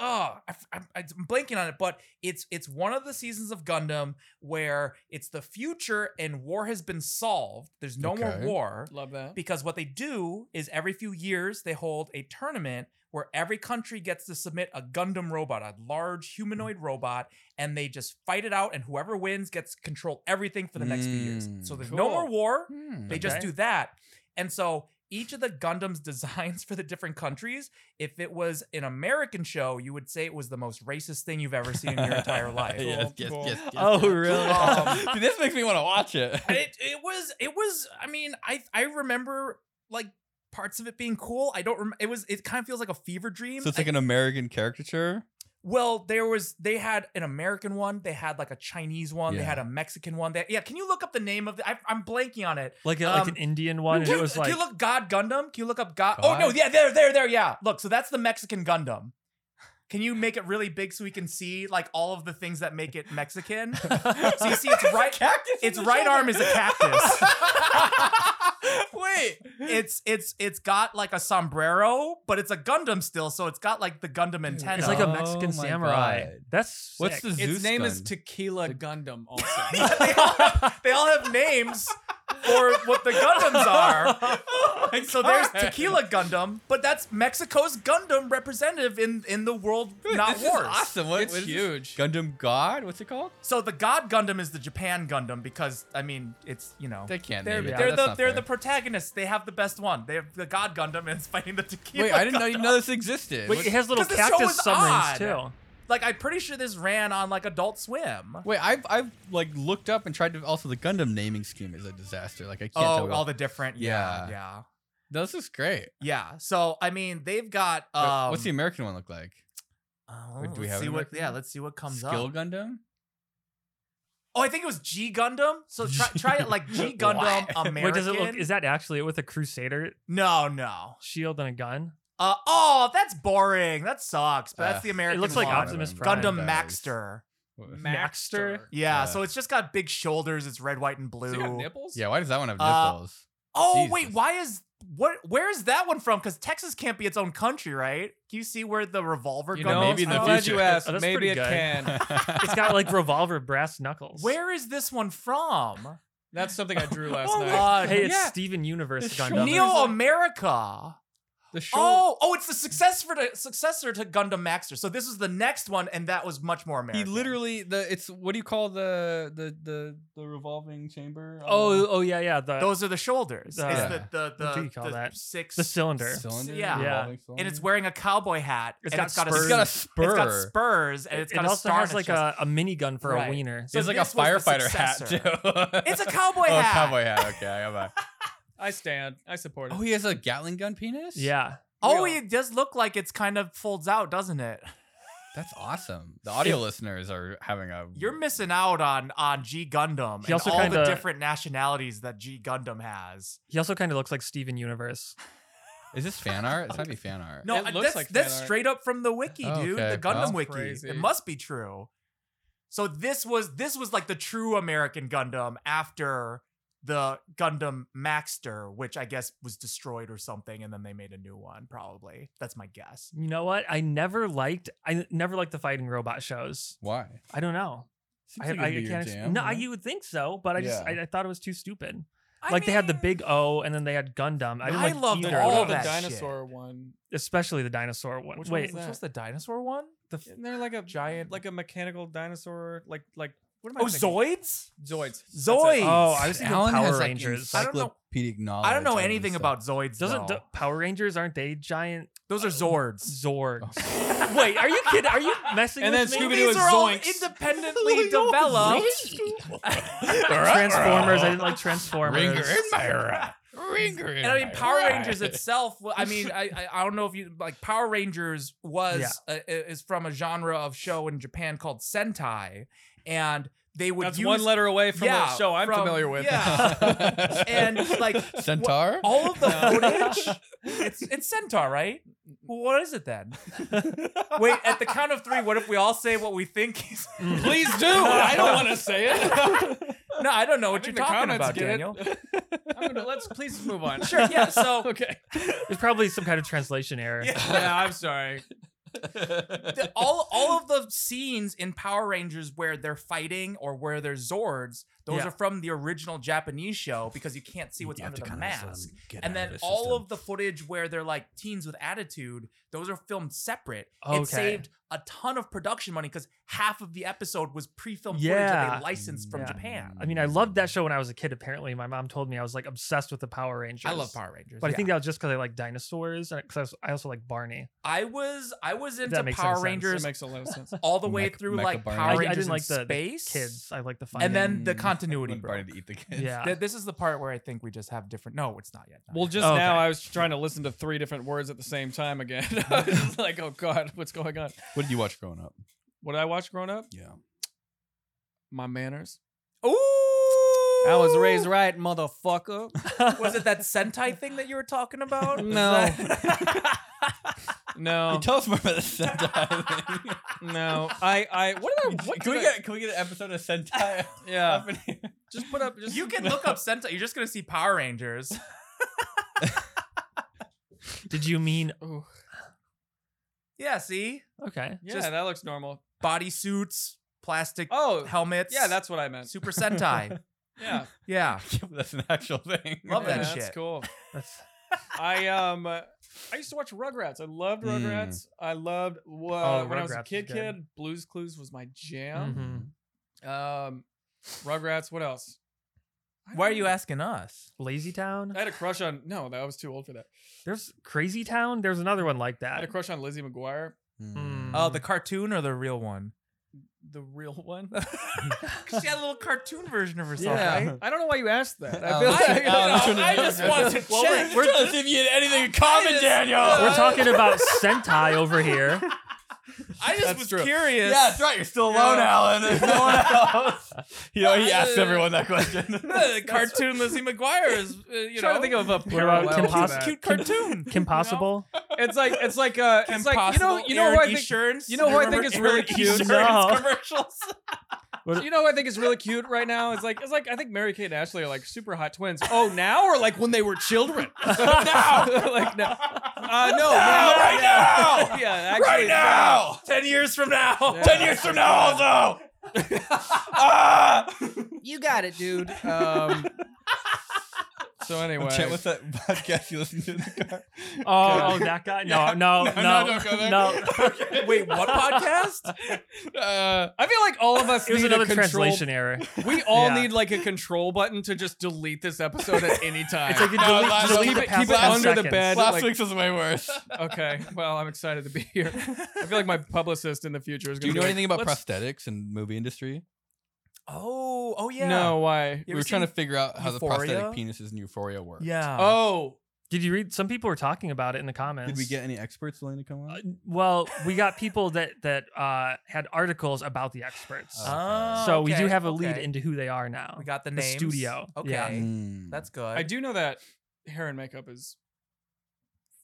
oh, I, am blanking on it, but it's it's one of the seasons of Gundam where it's the future and war has been solved. There's no more Okay. war Love that. because what they do is every few years they hold a tournament where every country gets to submit a Gundam robot, a large humanoid robot, and they just fight it out, and whoever wins gets to control everything for the next few years. Mm. So there's no more Cool. war. Hmm. They just Okay. do that. And so each of the Gundam's designs for the different countries, if it was an American show, you would say it was the most racist thing you've ever seen in your entire life. yes, yes, Cool. yes, yes, Oh, yes. really? Um, dude, this makes me want to watch it. It, it was it was I mean, I I remember like parts of it being cool. I don't rem- it was it kind of feels like a fever dream. so it's I- like an American caricature. well, there was they had an American one, they had like a Chinese one, they Yeah. had a Mexican one. They, yeah, can you look up the name of the I, I'm blanking on it. like, a, Um, like an Indian one. And Can it you- was can like, you look God Gundam? Can you look up God? Oh no, God? yeah, there, there, there, yeah. Look, so that's the Mexican Gundam. Can you make it really big so we can see like all of the things that make it Mexican? So you see, its right, its right arm is a cactus. Wait. It's it's it's got like a sombrero, but it's a Gundam still, so it's got like the Gundam antenna. it's like a Oh Mexican my samurai. God. That's What's sick. the Its Zeus name is gun? Tequila Gundam. Also, Yeah, they, all have, they all have names for what the Gundams are. so there's God. Tequila Gundam, but that's Mexico's Gundam representative in in the world, not this wars. Is awesome. What, it's what is this? huge. Gundam God. What's it called? So the God Gundam is the Japan Gundam because I mean it's you know They can't they're, name it. That's they're the not they're fair. the protagonists. They have the best one. They have the God Gundam and it's fighting the Tequila. Wait, I didn't know, Gundam. even know this existed. Wait, What- it has little 'Cause the show cactus is submarines odd. too. Like I'm pretty sure this ran on like Adult Swim. Wait, I've I've like looked up and tried to. Also, the Gundam naming scheme is a disaster. Like I can't tell. Oh, what- all the different. Yeah, Yeah. yeah, this is great. yeah. So I mean, they've got. Um, But What's the American one look like? do Oh, we let's have see an what? American Yeah, one? let's see what comes Skill up. Gundam. Oh, I think it was G Gundam. So try, try it like G Gundam American. Wait, does it look? Is that actually it with a crusader no, no. shield and a gun? Uh, oh, that's boring. That sucks. But that's Uh, the American. It looks like one. Gundam Optimus Prime. Gundam dies. Maxter. Maxter. Yeah, Uh, so it's just got big shoulders. It's red, white, and blue. Does it have nipples? Yeah, why does that one have Uh, nipples? oh Jesus. wait, why is what? Where is that one from? Because Texas can't be its own country, right? Can you see where the revolver You Gundam? know, maybe in the I'm glad future. you asked. Oh, that's maybe pretty it good. can. It's got like revolver brass knuckles. Where is this one from? That's something I drew last Oh, night. uh, Hey, it's Yeah. Steven Universe The Gundam. shoulder- Neo America. the shoulder. Oh, oh, it's the successor to successor to Gundam Maxter. So this was the next one, and that was much more He American. literally the it's what do you call the the the the revolving chamber? Oh, oh yeah, yeah. The those are the shoulders. Uh, it's Yeah. the the the, What do you call the that? six the cylinder. cylinder. Yeah. Yeah. revolving cylinder? and it's wearing a cowboy hat. It's and got it's got spurs. It's a got a spur. It's got spurs and it's it got a also star. has in its like a, a minigun for Right. a wiener. So it's like a this was the firefighter hat successor. too. It's a cowboy oh, hat. cowboy hat. Okay, I got that. I stand. I support it. Oh, he has a Gatling gun penis. yeah, Oh, Real. it does look like it's kind of folds out, doesn't it? that's awesome. The audio listeners are having a. You're missing out on on G Gundam and He also all the kinda- different nationalities that G Gundam has. he also kind of looks like Steven Universe. Is this fan art? It's gotta be fan art. No, It I- looks that's, like fan that's art. straight up from the wiki, Oh, dude. okay, The Gundam well. wiki. Crazy. It must be true. So this was this was like the true American Gundam after the Gundam Maxter, which I guess was destroyed or something, and then they made a new one. Probably that's my guess. You know what? I never liked. I never liked the fighting robot shows. Why? I don't know. I, I can't. ex- no, I, you would think so, but I just Yeah. I, I thought it was too stupid. I like they had the mean, big O, and then they had Gundam. I didn't I like loved either the, of all all those. the that dinosaur one. especially the dinosaur one. Which one Wait, was Which was the dinosaur one? the f- Isn't there like a Giant- like a mechanical dinosaur? Like like what am I? Oh, thinking? Zoids. Zoids. That's it. Zoids. oh, I was thinking Alan Power has like Rangers. I don't know- encyclopedic knowledge. I don't know on this anything stuff. about Zoids. Doesn't though. the Power Rangers aren't they giant those are Zords? Zords? Wait, are you kidding? Are you messing Oh. And with then me? Scooby-Doo These is are all Zoinks. independently developed. Transformers. I didn't like Transformers. Ringer in my right. Ringer in And I mean, my Power right. Rangers itself. wa- I mean, I, I I don't know if you like Power Rangers was uh, is from a genre of show in Japan called Sentai, and they would That's use one letter away from yeah, the show I'm from- familiar with. yeah. And, like, Centaur. all of the No. footage. It's it's Centaur, right? Well, what is it then? Mm-hmm. Wait, at the count of three, what if we all say what we think? is- Mm. Please do. I don't want to say it. no, I don't know what I you're think the talking comments about, get it. Daniel. I'm gonna, Oh, let's please move on. Sure, yeah. So Okay. There's probably some kind of translation error. Yeah. Yeah, I'm sorry. the, all all of the scenes in Power Rangers where they're fighting or where there's Zords, those Yeah. are from the original Japanese show because you can't see what's You have under to the kinda just let mask. 'em get And out then the all system. of the footage where they're like teens with attitude, those are filmed separate. Okay. It saved a ton of production money because half of the episode was pre-filmed footage that Yeah. they licensed from Yeah. Mm, Japan. I mean, I loved that show when I was a kid. Apparently, my mom told me I was like obsessed with the Power Rangers. I love Power Rangers, but I yeah. think that was just because I like dinosaurs, and because I also like Barney. I was I was into makes any Power sense. It Rangers That makes a lot of sense. all the way Mech- through Mecha like Barney. I- I Power Rangers didn't in like the- the space Kids, I like the fun. and then the Mm. continuity When Barney broke. to eat the kids. yeah, Th- this is the part where I think we just have different. No, it's not yet. not Well, yet. just Okay. now I was trying to listen to three different words at the same time again. I was just like, oh god, what's going on? What did you watch growing up? What did I watch growing up? Yeah. My manners. Ooh, I was raised right, motherfucker. Was it that Sentai thing that you were talking about? Is No. that- Um, No, tell us more about the Sentai thing. no. I, I. What did I? What can we did I- get can we get an episode of Sentai Yeah. up in here? Just put up. Just you can look up Sentai. You're just gonna see Power Rangers. did you mean Ooh. Yeah, see okay? Yeah, just- that looks normal. body suits, plastic Oh, helmets. yeah, that's what I meant. Super Sentai. Yeah, yeah, That's an actual thing. Love yeah, that That's shit. cool. That's, I um uh, I used to watch Rugrats. I loved Mm. Rugrats. I loved uh, when I was a Rugrats is kid. good. Kid Blue's Clues was my jam. mhm. Um, Rugrats. What else? I why are don't you know. asking us? Lazy Town. Uh, I had a crush on. No, that I was too old for that. There's Crazy Town. There's another one like I had a that. crush on Lizzie McGuire, Hmm. Mm. Oh, the cartoon or the real one? the real one. 'Cause she had a little cartoon version of herself. yeah, right? I don't know why you asked that. I Um, feel I, like don't Alan, you know. know, I just want to Well, check. we're, we're trying to see if you had anything in common, just- Daniel. We're talking about Sentai over here. I just That's was true. curious. Yeah, that's right. You're still alone, Yeah. Alan. There's no one else. You know, he asked Uh, everyone that question. The cartoon Lizzie McGuire is, uh, you trying know, to think of a plural. about I Kim would do Possible? that. cute cartoon. Kim Possible. It's like it's like uh, it's like you know you know Aaron what I think. Easterns? you know who I think Remember is really Aaron cute? Easterns No. commercials. What- You know, who I think is really cute right now. It's like it's like I think Mary Kate and Ashley are like super hot twins. Oh, now or like when they were children? now, like now. Uh, no, now, right yeah. now! yeah, actually, right now! Ten years from now. Yeah. Ten years from now, also! ah! you got it, dude. Um, so anyway, Chet, what's that podcast you listen to in the car? Uh, Oh, oh, that guy. No, Yeah. no, No, no, no, no. don't go there. Wait, what podcast? uh, I feel like all of us It was need another a control. translation error. We all Yeah. need like a control button to just delete this episode at any time. It's like you No, delete, last- delete keep the it, past keep it 10 under the seconds. bed. Last like- week's was way worse. okay, well, I'm excited to be here. I feel like my publicist in the future is. Do you know gonna be like, anything about "Let's prosthetics and movie industry? Oh, oh yeah. No, why? You we ever were trying to seen- figure out how the prosthetic Euphoria? penises in Euphoria work. Yeah. Oh, Did you read? Some people were talking about it in the comments. Did we get any experts willing to come on? Uh, well, we got people that that uh, had articles about the experts. Oh, so we do okay, have a lead okay. into who they are now. We got the the names. studio. Okay. Yeah. Mm. That's good. I do know that hair and makeup is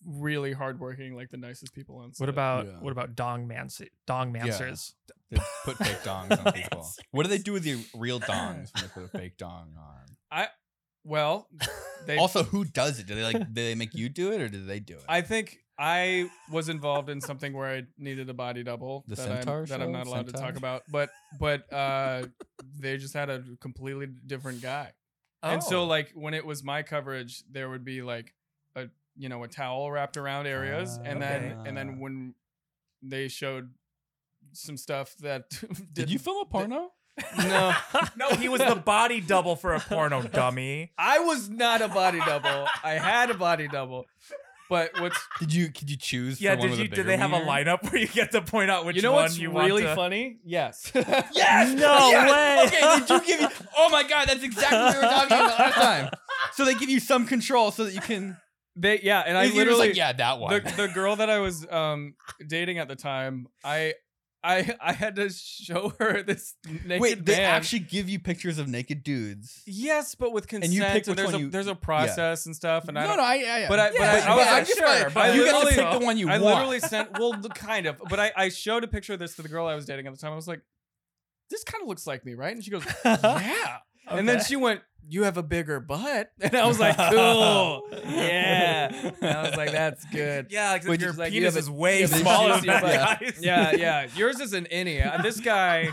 really hardworking. Like the nicest people on. Set. What about Yeah. what about dong mans dong mancers? They put fake dongs on people. What do they do with the real dongs when they put a fake dong on? Well, they, Also, who does it? Do they like? Do they make you do it, or do they do it? I think I was involved in something where I needed a body double The that, I'm, Centaur that I'm show? not allowed to Centaur? talk about. But but uh, they just had a completely different guy. And so Oh. like when it was my coverage, there would be like a you know a towel wrapped around areas, and then and Ah. then when they showed some stuff that Did you film a porno? no, no, he was the body double for a porno dummy. I was not a body double. I had a body double, but what's Did you? Could you choose? Yeah, for one did with you? A Did they have a bigger wiener? lineup where you get to point out which you know one what's you really want to? funny? Yes. Yes. No Yes! way! Okay. Did you give? You, oh my god, that's exactly what we were talking about last time. So they give you some control so that you can. they yeah, and I You're just like, literally yeah, that one. the, the girl that I was um dating at the time, I I I had to show her this naked Wait, they man. actually give you pictures of naked dudes. Yes, but with consent. you pick which there's one a you- there's a process and stuff, and I no, don't. no, I, I But I- but I- I was like, just sure, like, but I you got to literally- pick the one you I want. literally sent well, the- kind of, but I, I showed a picture of this to the girl I was dating at the time. I was like, "This kind of looks like me, right?" And she goes, "Yeah." And then Okay. she went, you have a bigger butt. And I was like, cool. yeah. And I was like, that's good. Oh. Yeah, like Which your is like, you penis have a- is way you have a smaller than juicy that butt. guy's. Yeah, yeah. Yours is an innie. Uh, This guy,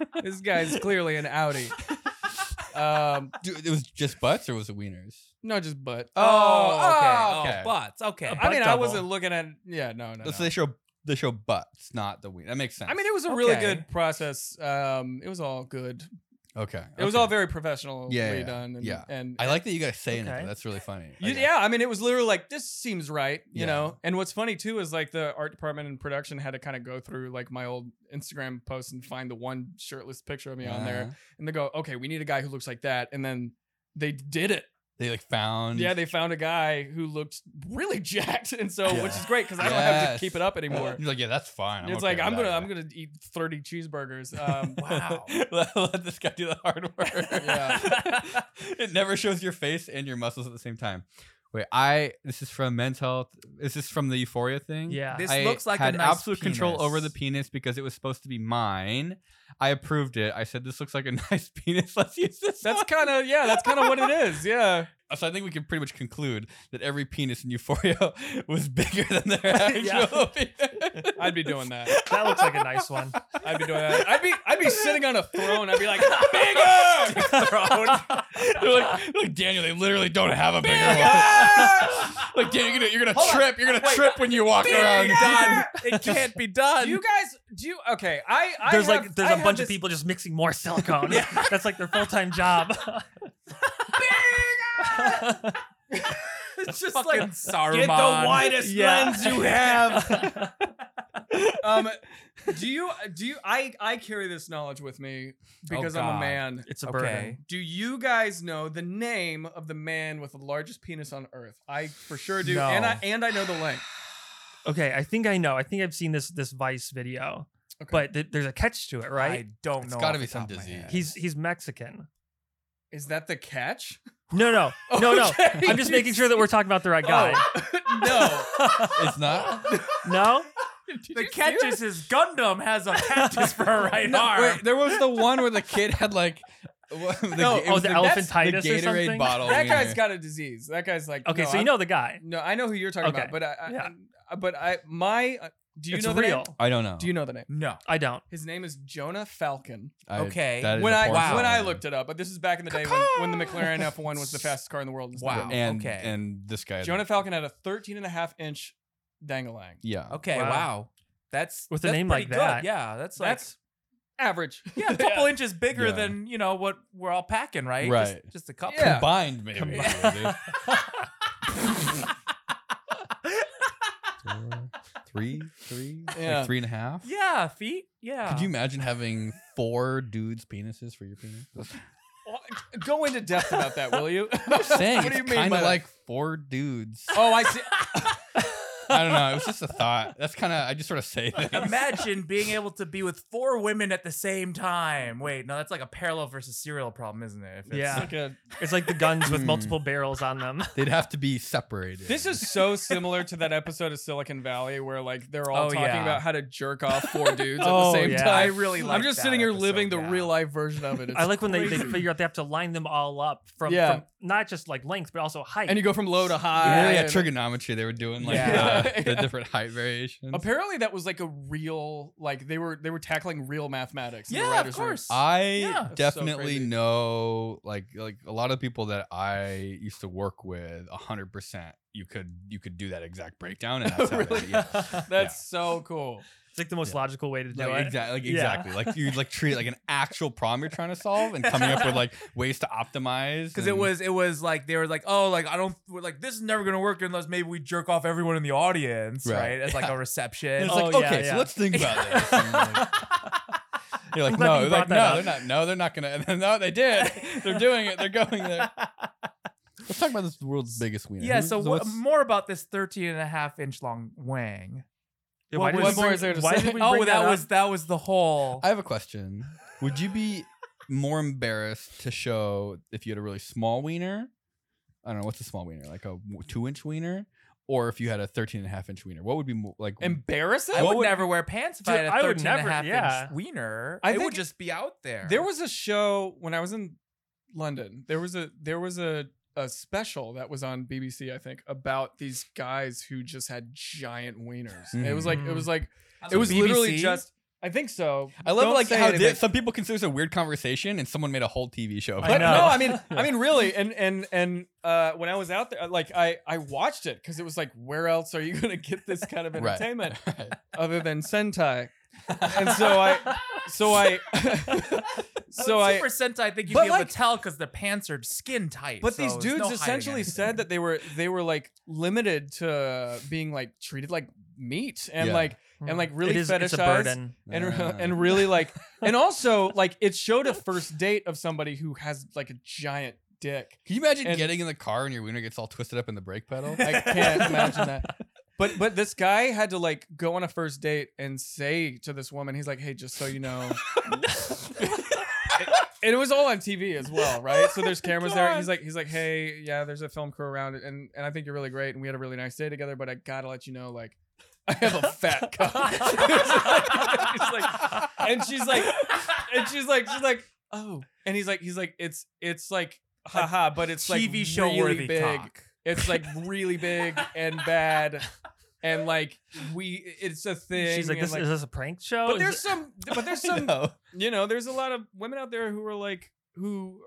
this guy's clearly an outie. Um, Dude, it was just butts or was it wieners? no, just butt. Oh, oh, okay. okay. Oh, butts. Okay. I mean, Butt I double. wasn't looking at. Yeah, no, no. So no. they show they show butts, not the wiener. That makes sense. I mean, it was a really Okay. good process. Um, it was all good. okay, It was okay. all very professionally Yeah, yeah, done. And, yeah. and I like that you guys saying it. Okay. Though. That's really funny. You- Okay. yeah, I mean, it was literally like this seems right, you Yeah. know. And what's funny too is like the art department and production had to kind of go through like my old Instagram posts and find the one shirtless picture of me on there, Uh-huh. and they go, "Okay, we need a guy who looks like that," and then they did it. They like found. Yeah, they found a guy who looked really jacked, and so which is great because I don't have to Yes. keep it up anymore. You're like, yeah, that's fine. it's like I'm gonna I'm gonna eat thirty cheeseburgers. Um, Wow. let, let this guy do the hard work. Yeah. it never shows your face and your muscles at the same time. Wait, I this is from Men's Health. Is this from the Euphoria thing? Yeah. This I looks like a had nice absolute control over the penis. penis because it was supposed to be mine. I approved it. I said this looks like a nice penis. Let's use this. that's kind of yeah, that's kind of what it is. Yeah, one. so I think we can pretty much conclude that every penis in Euphoria was bigger than their actual penis. I'd be doing that. That looks like a nice one. I'd be doing that. I'd be I'd be sitting on a throne. I'd be like bigger. They're like, like Daniel, they literally don't have a bigger one. like Daniel, you're gonna, you're gonna Hold on. trip. You're gonna trip when you walk around. done. It can't be done. Do you guys do you, okay? I, I There's have- like there's I a have bunch this- of people just mixing more silicone. That's like their full time job. it's just like Saruman. Get the widest Yeah. lens you have. um, do you do you I I carry this knowledge with me because I'm a God. man. It's a Okay. burden. Do you guys know the name of the man with the largest penis on earth? I for sure do, and No. I and I know the length. Okay, I think I know. I think I've seen this this Vice video, Okay. but th- there's a catch to it, right? I don't It's know. gotta off be the top some of my disease. head. He's he's Mexican. Is that the catch? No, no, no, no. Okay. Oh. I'm just making sure that we're talking about the right guy. no. It's not. No, the catch is his Gundam has a cactus for a right No, arm. wait, there was the one where the kid had like. what- The, No, it oh, was the that's elephantitis the or Gatorade something? bottle. that wiener. guy's got a disease. That guy's like Oh, okay, so I'm- you know the guy. No, I know who you're talking Okay. about, but I, I Yeah. I- but I my uh, do you it's know the real. name? I don't know. Do you know the name? No. I don't. His name is Jonah Falcon. I, Okay. that is When a I porn Wow. star when I name. looked it up, but this is back in the day when, when the McLaren F1 was the fastest car in the world. Wow. and okay. and this guy, Jonah Falcon had a 13 and a half inch dangalang. yeah, Okay. Wow. Wow. That's With a that's name pretty like good. that. Yeah. That's like That's average. yeah, a couple inches bigger Yeah. than you know what we're all packing, right? Right. Just, just a couple. Yeah. combined maybe. Combined. Four, three, three, Yeah. like three and a half. Yeah, feet. Yeah. Could you imagine having four dudes' penises for your penis? Well, Go into depth about that, will you? Saying what do you it's mean kind by of that? like four dudes. Oh, I see. I don't know. It was just a thought. That's kind of I just sort of say things. Imagine being able to be with four women at the same time. Wait, no, that's like a parallel versus serial problem, isn't it? If it's- Yeah. Like a- It's like the guns with Hmm. multiple barrels on them. They'd have to be separated. This is so similar to that episode of Silicon Valley where like they're all Oh, talking yeah. about how to jerk off four dudes Oh, at the same yeah. I time. really like I'm just sitting here living the real life. life version of it. It's I like when they, they crazy. figure out they have to line them all up from, Yeah. from not just like length but also height. and you go from low to high. yeah, yeah, and- trigonometry. They were doing like Yeah. the, the Yeah. different height variations. Apparently, that was like a real like they were they were tackling real mathematics. in the Yeah, of writers' room. course. I Yeah. That's so definitely crazy. know like like a lot of people that I used to work with, hundred percent. You could you could do that exact breakdown, and that's how they- Really? yeah. That's so cool. it's like the most logical way to do Like, it. exactly, like, Yeah. exactly. Like you like treat it like an actual problem you're trying to solve, and coming up with like ways to optimize. Because it and- was, it was like they were like, oh, like I don't, we're like this is never gonna work unless maybe we jerk off everyone in the audience, right? Right. As like Yeah. a reception. and it's Oh, like yeah, okay, yeah. so let's think about this. And like- you're I'm like glad that no, you they're brought like, that no, up. they're not. No, they're not gonna. And then, no, they did. They're doing it. They're going there. Let's talk about this world's biggest wiener. yeah. Who- So, what, what's- more about this 13 and a half inch long wang. Yeah, What why did was- we what more bring- is there to why say? did we oh, bring that, up? was that was the whole. I have a question. Would you be more embarrassed to show if you had a really small wiener? I don't know what's a small wiener, like a w- two-inch wiener, or if you had a 13 and a half inch wiener. What would be more like? Embarrassing. I Um, What would, would- never wear pants if I Dude, had a I 13 would and a never- half yeah. inch wiener. I it would think- just be out there. There was a show when I was in London, there was a there was a a special that was on BBC, I think, about these guys who just had giant wieners. It was like it Mm-hmm. was like it was literally BBC? just. I think so. I love Don't like say how anything. this, some people consider this a weird conversation, and someone made a whole TV show. I about But it. know. no, I mean, I mean, really, and and and uh, when I was out there, like I I watched it because it was like, where else are you gonna get this kind of Right. entertainment Right. other than Sentai? And so I, so I, so I, Super Sentai, I think you'd But be able like- to tell because the pants are skin tight. But so these there's dudes no hiding essentially anything. said that they were they were like limited to being like treated like meat and Yeah. like and like really Hmm. it is, fetishized it's a burden. and Ah. and really like and also like it showed a first date of somebody who has like a giant dick. Can you imagine and- getting in the car and your wiener gets all twisted up in the brake pedal? I can't imagine that. But but this guy had to like go on a first date and say to this woman, he's like, hey, just so you know. And it was all on TV as well, right? So there's cameras there. He's like, he's like, hey, yeah, there's a film crew around, and and I think you're really great, and we had a really nice day together. But I gotta let you know, like, I have a fat cock. He's like- and she's like, and she's like, she's like, oh, and he's like, he's like, it's it's like, haha, but it's like TV show really worthy big. cock. It's like really big and bad, and like we, it's a thing. She's like, and, this, is this a prank show? but Is there's it- some, but there's some No. you know, there's a lot of women out there who are like, who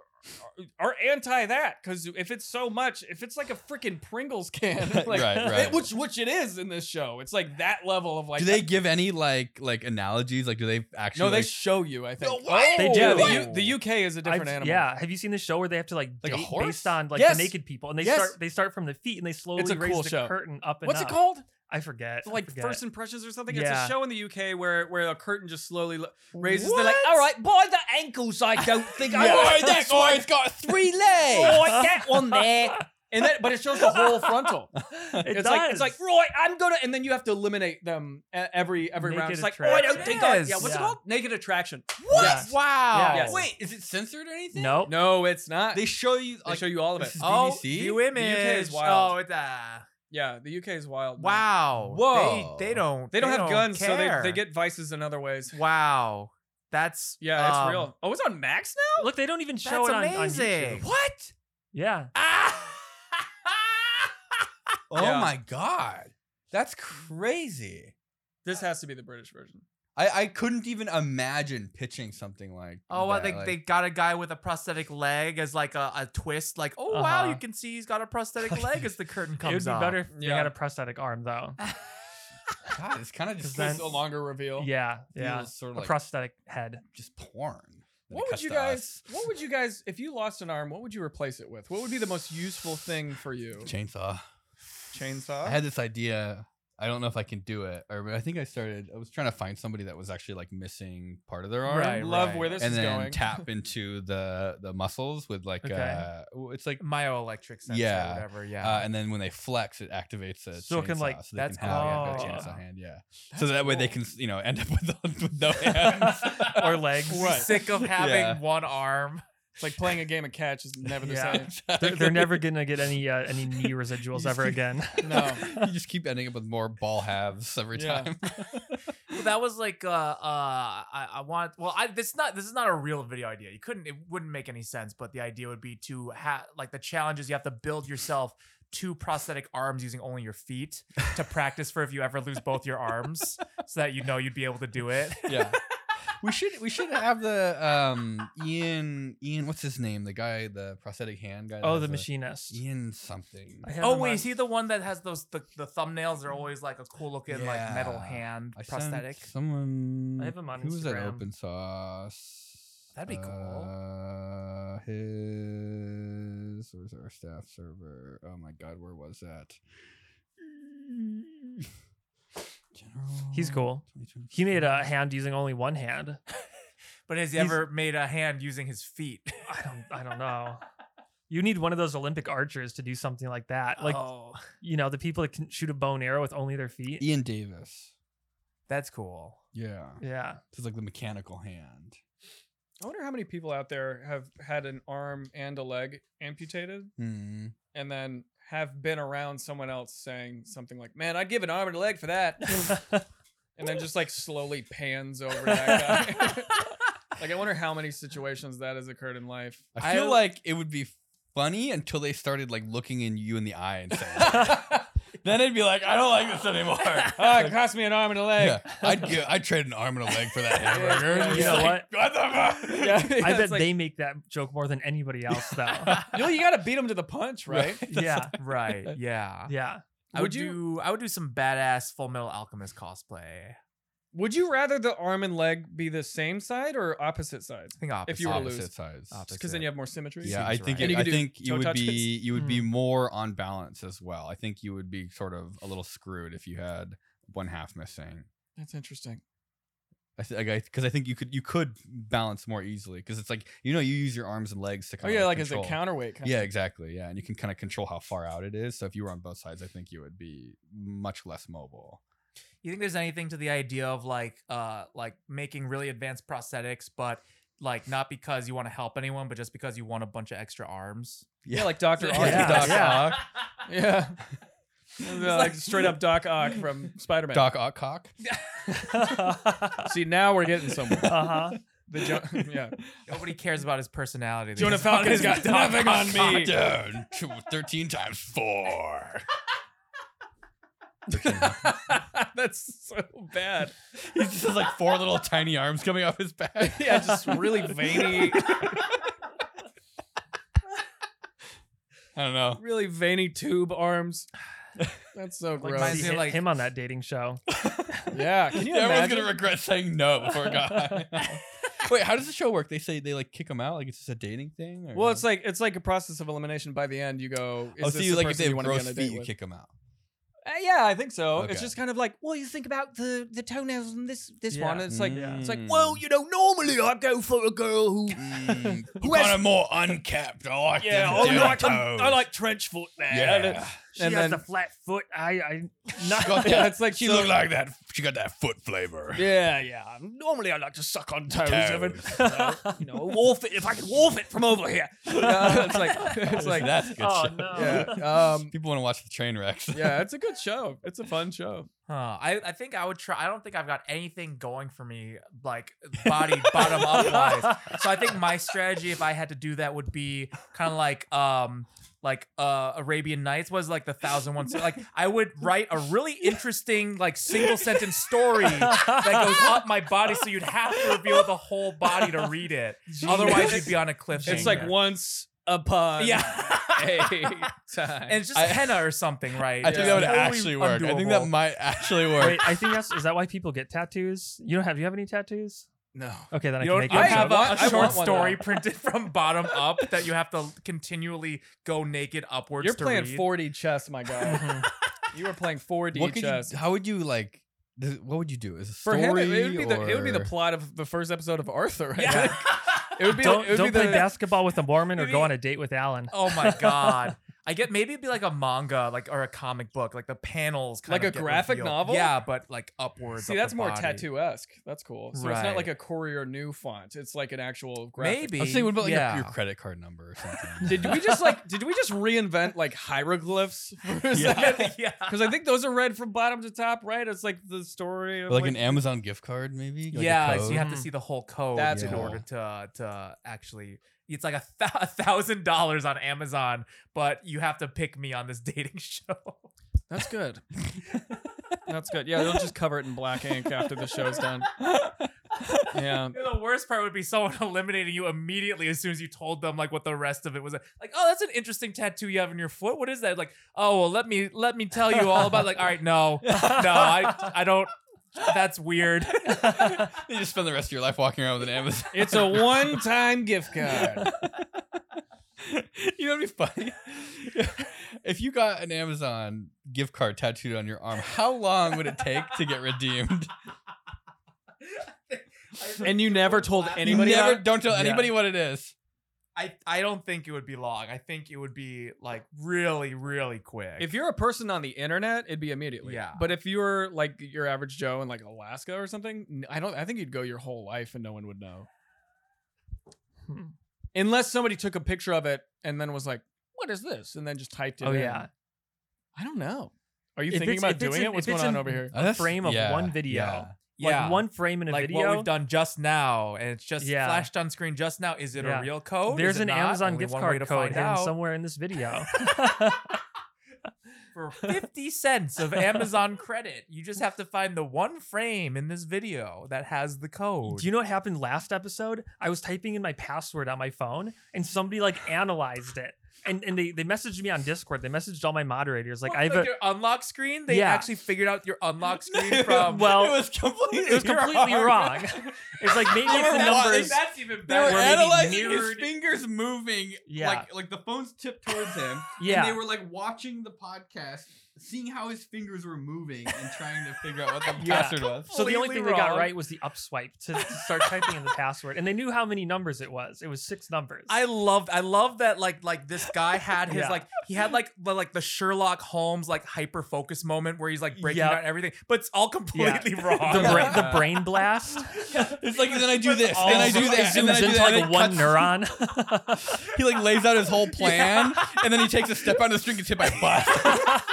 are, are anti that because if it's so much, if it's like a freaking Pringles can, Right, like, right. it- which which it is in this show, it's like that level of like. do they give any like like analogies? Like, do they actually? no, they like, show you. I think. No, what? They Yeah, do. the, U, the UK is a different I've- animal. Yeah, have you seen the show where they have to like, Like a date horse? based on like Yes. the naked people, and they Yes. start they start from the feet and they slowly a raise cool the show. curtain up and What's up. it called? I forget. I Like forget. first impressions or something. Yeah. It's a show in the UK where where a curtain just slowly lo- raises. What? They're like, all right, by the ankles, I don't think I Yeah. want that guy's got three legs. right, that one there. And then, but it shows the whole frontal. it it's does. like it's like right. I'm gonna, and then you have to eliminate them e- every every round. Naked It's like oh, I don't think I. attraction. Yeah, what's it Yeah. called? Naked attraction. What? Yeah. "Oh, Wow. Yes. Wait, is it censored or anything? no, No, it's not. They They, show you. Like, show you all of it. this is- Oh, BBC? view image. The UK is Oh, wild. it's, uh, Yeah, the UK is wild. man. wow. Whoa. They, they don't. They don't have guns, care. so they, they get vices in other ways. Wow. That's Yeah, it's um, real. Oh, it's on Max look, they don't even That's show it on, on amazing. YouTube. What? Yeah, Ah! Oh Yeah. my god, that's crazy. now. This has to be the British version. I, I couldn't even imagine pitching something like. Oh, well, that, they, like- they got a guy with a prosthetic leg as like a, a twist. Like, oh wow, you Uh-huh. can see he's got a prosthetic leg as the curtain it would comes be off. better if they Yeah. had a prosthetic arm though. God, it's kind of just Then- This is a longer reveal. Yeah, yeah, feels sort of a like prosthetic head. just porn. that What it would cuts you to guys? us. What would you guys? If you lost an arm, what would you replace it with? What would be the most useful thing for you? Chainsaw. Chainsaw. I had this idea. I don't know if I can do it, or but I think I started. I was trying to find somebody that was actually like missing part of their arm, Right, Love where this and is then going. tap into the the muscles with like Okay. uh, w- it's like Myoelectric sensor, Yeah. or whatever. Yeah. uh, and then when they flex, it activates a So it chainsaw, can, like- so they that's can have like, cool. a Oh. chainsaw hand, yeah. so That's that way they cool. can you know end up with, with no hands. or legs. Right. Sick of having Yeah. one arm. It's like playing a game of catch is never the Yeah. same. They're, they're never gonna get any uh, any knee residuals ever again. No. you just keep ending up with more ball halves every Yeah. time. Well, that was like uh uh I, I want well I this not this is not a real video idea. You couldn't it wouldn't make any sense, but the idea would be to have like the challenge is you have to build yourself two prosthetic arms using only your feet to practice for if you ever lose both your arms so that you know you'd be able to do it. yeah. We should we should have the um Ian Ian what's his name the guy the prosthetic hand guy that Oh, has the machinist. Ian something I have Oh him uh, wait, on- is he the one that has those the, the thumbnails Mm. are always like a cool looking like metal Yeah. hand I sent prosthetic? someone I have him on who was that Instagram. open source That'd be cool. uh, his where's our staff server oh my god where was that General He's cool. He made a hand using only one hand. But has he He's- ever made a hand using his feet? I don't I don't know. You need one of those Olympic archers to do something like that. Like oh, you know, the people that can shoot a bow and arrow with only their feet. Ian Davis that's cool. yeah Yeah. it's like the mechanical hand I wonder how many people out there have had an arm and a leg amputated Hmm. and then have been around someone else saying something like, Man, I'd give an arm and a leg for that. and then just like slowly pans over to that guy. Like I wonder how many situations that has occurred in life. I feel like it would be funny until they started like looking in you in the eye and saying, then it'd be like, I don't like this anymore. Ah, it cost me an arm and a leg. yeah, I'd give, I'd trade an arm and a leg for that Yeah, hamburger. yeah, Just you know like, what? the fuck? Yeah, yeah, I it's bet like, they make that joke more than anybody else, though. You know, you got to beat them to the punch, right? yeah, right. Yeah. yeah. I would Would you- do I would do some badass Full Metal Alchemist cosplay. Would you rather the arm and leg be the same side or opposite sides? I think opposite. If you were to Opposite lose. sides. Opposite. Because then you have more symmetry. Yeah, I Seems think it, right. Hmm. And you I could do think you toe would touches. be you would be more on balance as well. I think you would be sort of a little screwed if you had one half missing. That's interesting. I think because I, think you could you could balance more easily because it's like you know you use your arms and legs to Oh kind yeah, of like as a control. counterweight. Kind Yeah, Of. exactly. Yeah, and you can kind of control how far out it is. So if you were on both sides, I think you would be much less mobile. You think there's anything to the idea of like uh like making really advanced prosthetics, but like not because you want to help anyone, but just because you want a bunch of extra arms? Yeah, like Doctor Ock. Yeah. Doc Yeah. Yeah. Yeah, like straight up Doc Ock from Spider Man. Doc Ockcock. uh See, now we're getting somewhere. huh. The jo- yeah. Nobody cares about his personality. They Jonah just want Falcon's his got Doc nothing on Ock. me. Down to thirteen times four. That's so bad. He's just has, like four little tiny arms coming off his back. Yeah, just really veiny, I don't know. really veiny tube arms. That's so Like, gross. Reminds see me of, hi- like- him on that dating show. yeah, can you Everyone's imagine? gonna regret saying no before God. Wait, how does the show work? They say they like kick them out, like it's just a dating thing. Or? well, it's like it's like a process of elimination. By the end, you go. Is oh, this so you the like if person they you have wanna be gross on a date feet, you with? kick them out. Uh, yeah, I think so. Okay. It's just kind of like, well, you think about the the toenails and this this Yeah. one. And it's like Mm. it's like, Mm. well, you know, normally I go for a girl who. Mm, Who has- kinda more uncapped. I oh, like Yeah, oh, them I dirty like 'em- toes. I like trench foot there. Yeah, She And has then- the flat foot. I, I, not, Got Yeah, that- it's like she so- looked like that. She got that foot flavor. Yeah, yeah. Normally I like to suck on toes, Evan. Toes. So, you know, wolf it if I can wolf it from over here. Yeah, it's like it's like that's a good. oh show. no. yeah. Um, People want to watch the train wrecks. yeah, it's a good show. It's a fun show. Huh. I, I think I would try. I don't think I've got anything going for me, like body bottom up wise. So I think my strategy, if I had to do that, would be kind of like um like uh Arabian Nights was like the thousand one. So like I would write a really interesting like single sentence story that goes up my body, so you'd have to reveal the whole body to read it. Otherwise, you'd be on a cliffhanger. It's like once upon yeah, a time. and it's just I- henna or something, right? I think Yeah. that would Totally actually work. I think that undoable. might actually work. Wait, I think that's is that why people get tattoos? You don't have you have any tattoos? no. Okay, then I You don't can make I one joke. have a, I up. a want- I short want one, story though. printed from bottom up that you have to continually go naked upwards. You're to playing read. 4D chess, my guy. Mhm. you were playing 4D what could chess. you, how would you like? th- What would you do? Is a For story him, it, it would be the it would be the or- plot of the first episode of Arthur. I Yeah. think. It would be don't it would don't be play the, basketball with a Mormon or Maybe- go on a date with Alan. oh my god! I get maybe it'd be like a manga, like or a comic book, like the panels, kind Like of a get graphic revealed. novel? Yeah, but like upwards. See, of that's the more body. tattoo esque. That's cool. So it's Right. not like a courier new font. It's like an actual graphic. Maybe. I'm saying, what about like, your- yeah. your, credit card number or something? Did we just like? Did we just reinvent like hieroglyphs for a second? yeah. Because I think those are read from bottom to top, right? It's like the story of Or, like an Amazon gift card, maybe? Like a yeah, so code? you have to Mhm. see the whole code Hmm. That's in cool. order to to actually. It's like a thou- a thousand dollars on Amazon, but you have to pick me on this dating show. That's good. That's good. Yeah, they'll just cover it in black ink after the show's done. Yeah. The worst part would be someone eliminating you immediately as soon as you told them like what the rest of it was. Like, oh, that's an interesting tattoo you have on your foot. What is that? Like, oh, well, let me let me tell you all about. it." Like, all right, no, no, I I don't. That's weird. you just spend the rest of your life walking around with an Amazon. It's a one time gift card. you know what'd be funny? if you got an Amazon gift card tattooed on your arm, how long would it take to get redeemed? And you never told You anybody. never, about it? don't tell Yeah. anybody what it is. I I don't think it would be long. I think it would be like really really quick. If you're a person on the internet, it'd be immediately. Yeah. But if you're like your average Joe in like Alaska or something, n- I don't. I think you'd go your whole life and no one would know, Hmm. unless somebody took a picture of it and then was like, "What is this?" and then just typed it. Oh in. yeah. I don't know. Are you If thinking it's- about if it's doing in- it? What's if going it's on in- over here? A frame of one video. yeah. yeah. Like one frame in a like video. what we've done just now, and it's just Yeah. flashed on screen just now. Is it Yeah. a real code? There's Is it an not? Amazon Only gift one way card to code find hidden out. somewhere in this video. for 50 cents of Amazon credit. You just have to find the one frame in this video that has the code. Do you know what happened last episode? I was typing in my password on my phone and somebody like analyzed it. And and they, they messaged me on Discord. They messaged all my moderators. Like What, I have a your unlock screen? They Yeah. actually figured out your unlock screen from Well, it was completely it was completely wrong. It's like maybe They it's were the wa- numbers. That's even They were better. were maybe analyzing his mirrored- fingers moving, Yeah. like like the phone's tipped towards him. Yeah. and they were like watching the podcast, seeing how his fingers were moving and trying to figure out what the Yeah. password was. so the only thing they got wrong. right was the upswipe to, to start typing in the password, and they knew how many numbers it was. It was six numbers. I love I love that like like this guy had his Yeah. like he had like the like the Sherlock Holmes like hyper focus moment where he's like breaking Yep. down everything, but it's all completely wrong. the, bra- the brain blast. It's like then I do this, All then I do zo- that, it and then zooms I do into that. like and it one cuts- neuron. He like lays out his whole plan, and then he takes a step on the string and hit by butt.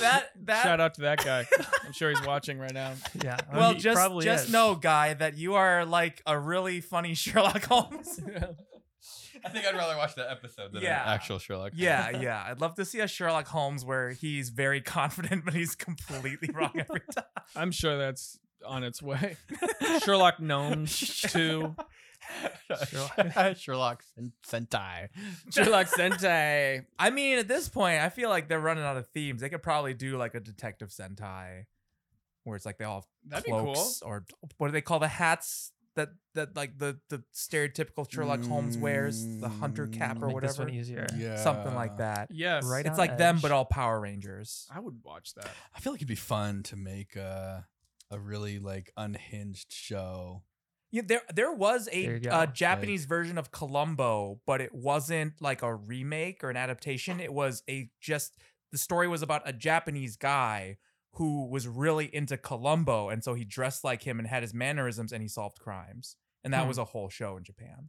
that that Shout out to that guy. I'm sure he's watching right now. yeah. I mean, well it just probably just is. know guy that you are like a really funny Sherlock Holmes. I think I'd rather watch that episode than Yeah. an actual Sherlock. Yeah, yeah. I'd love to see a Sherlock Holmes where he's very confident, but he's completely wrong every time. I'm sure that's on its way. Sherlock Gnomes 2. Sherlock, Sherlock Sen- Sentai. Sherlock Sentai. I mean, at this point, I feel like they're running out of themes. They could probably do like a Detective Sentai, where it's like they all have That'd be cool. cloaks or what do they call the hats that that like the the stereotypical Sherlock Holmes wears, the hunter cap Mm, or Make this whatever, one easier. something like that. Yes. Right It's on like them, edge. but all Power Rangers. I would watch that. I feel like it'd be fun to make a a really like unhinged show. Yeah, there there was There you a go. uh, Japanese version of Columbo, but it wasn't like a remake or an adaptation. It was a just the story was about a Japanese guy who was really into Columbo, and so he dressed like him and had his mannerisms, and he solved crimes, and that Hmm. was a whole show in Japan.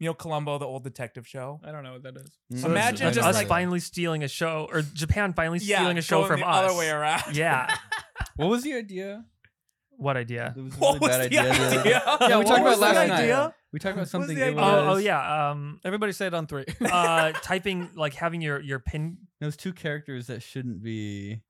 You know Columbo, the old detective show. I don't know what that Mm. is. So it's- Imagine it's just us like- finally stealing a show, or Japan finally stealing a show going from the us. other way around. Yeah. what was the idea? What idea? It was a What was really the bad idea? Yeah, we what talked was about the last night. idea? We talked about What was something. the It idea? was, Oh, oh yeah. Um, Everybody say it on three. uh, typing like having your your pin. Those two characters that shouldn't be.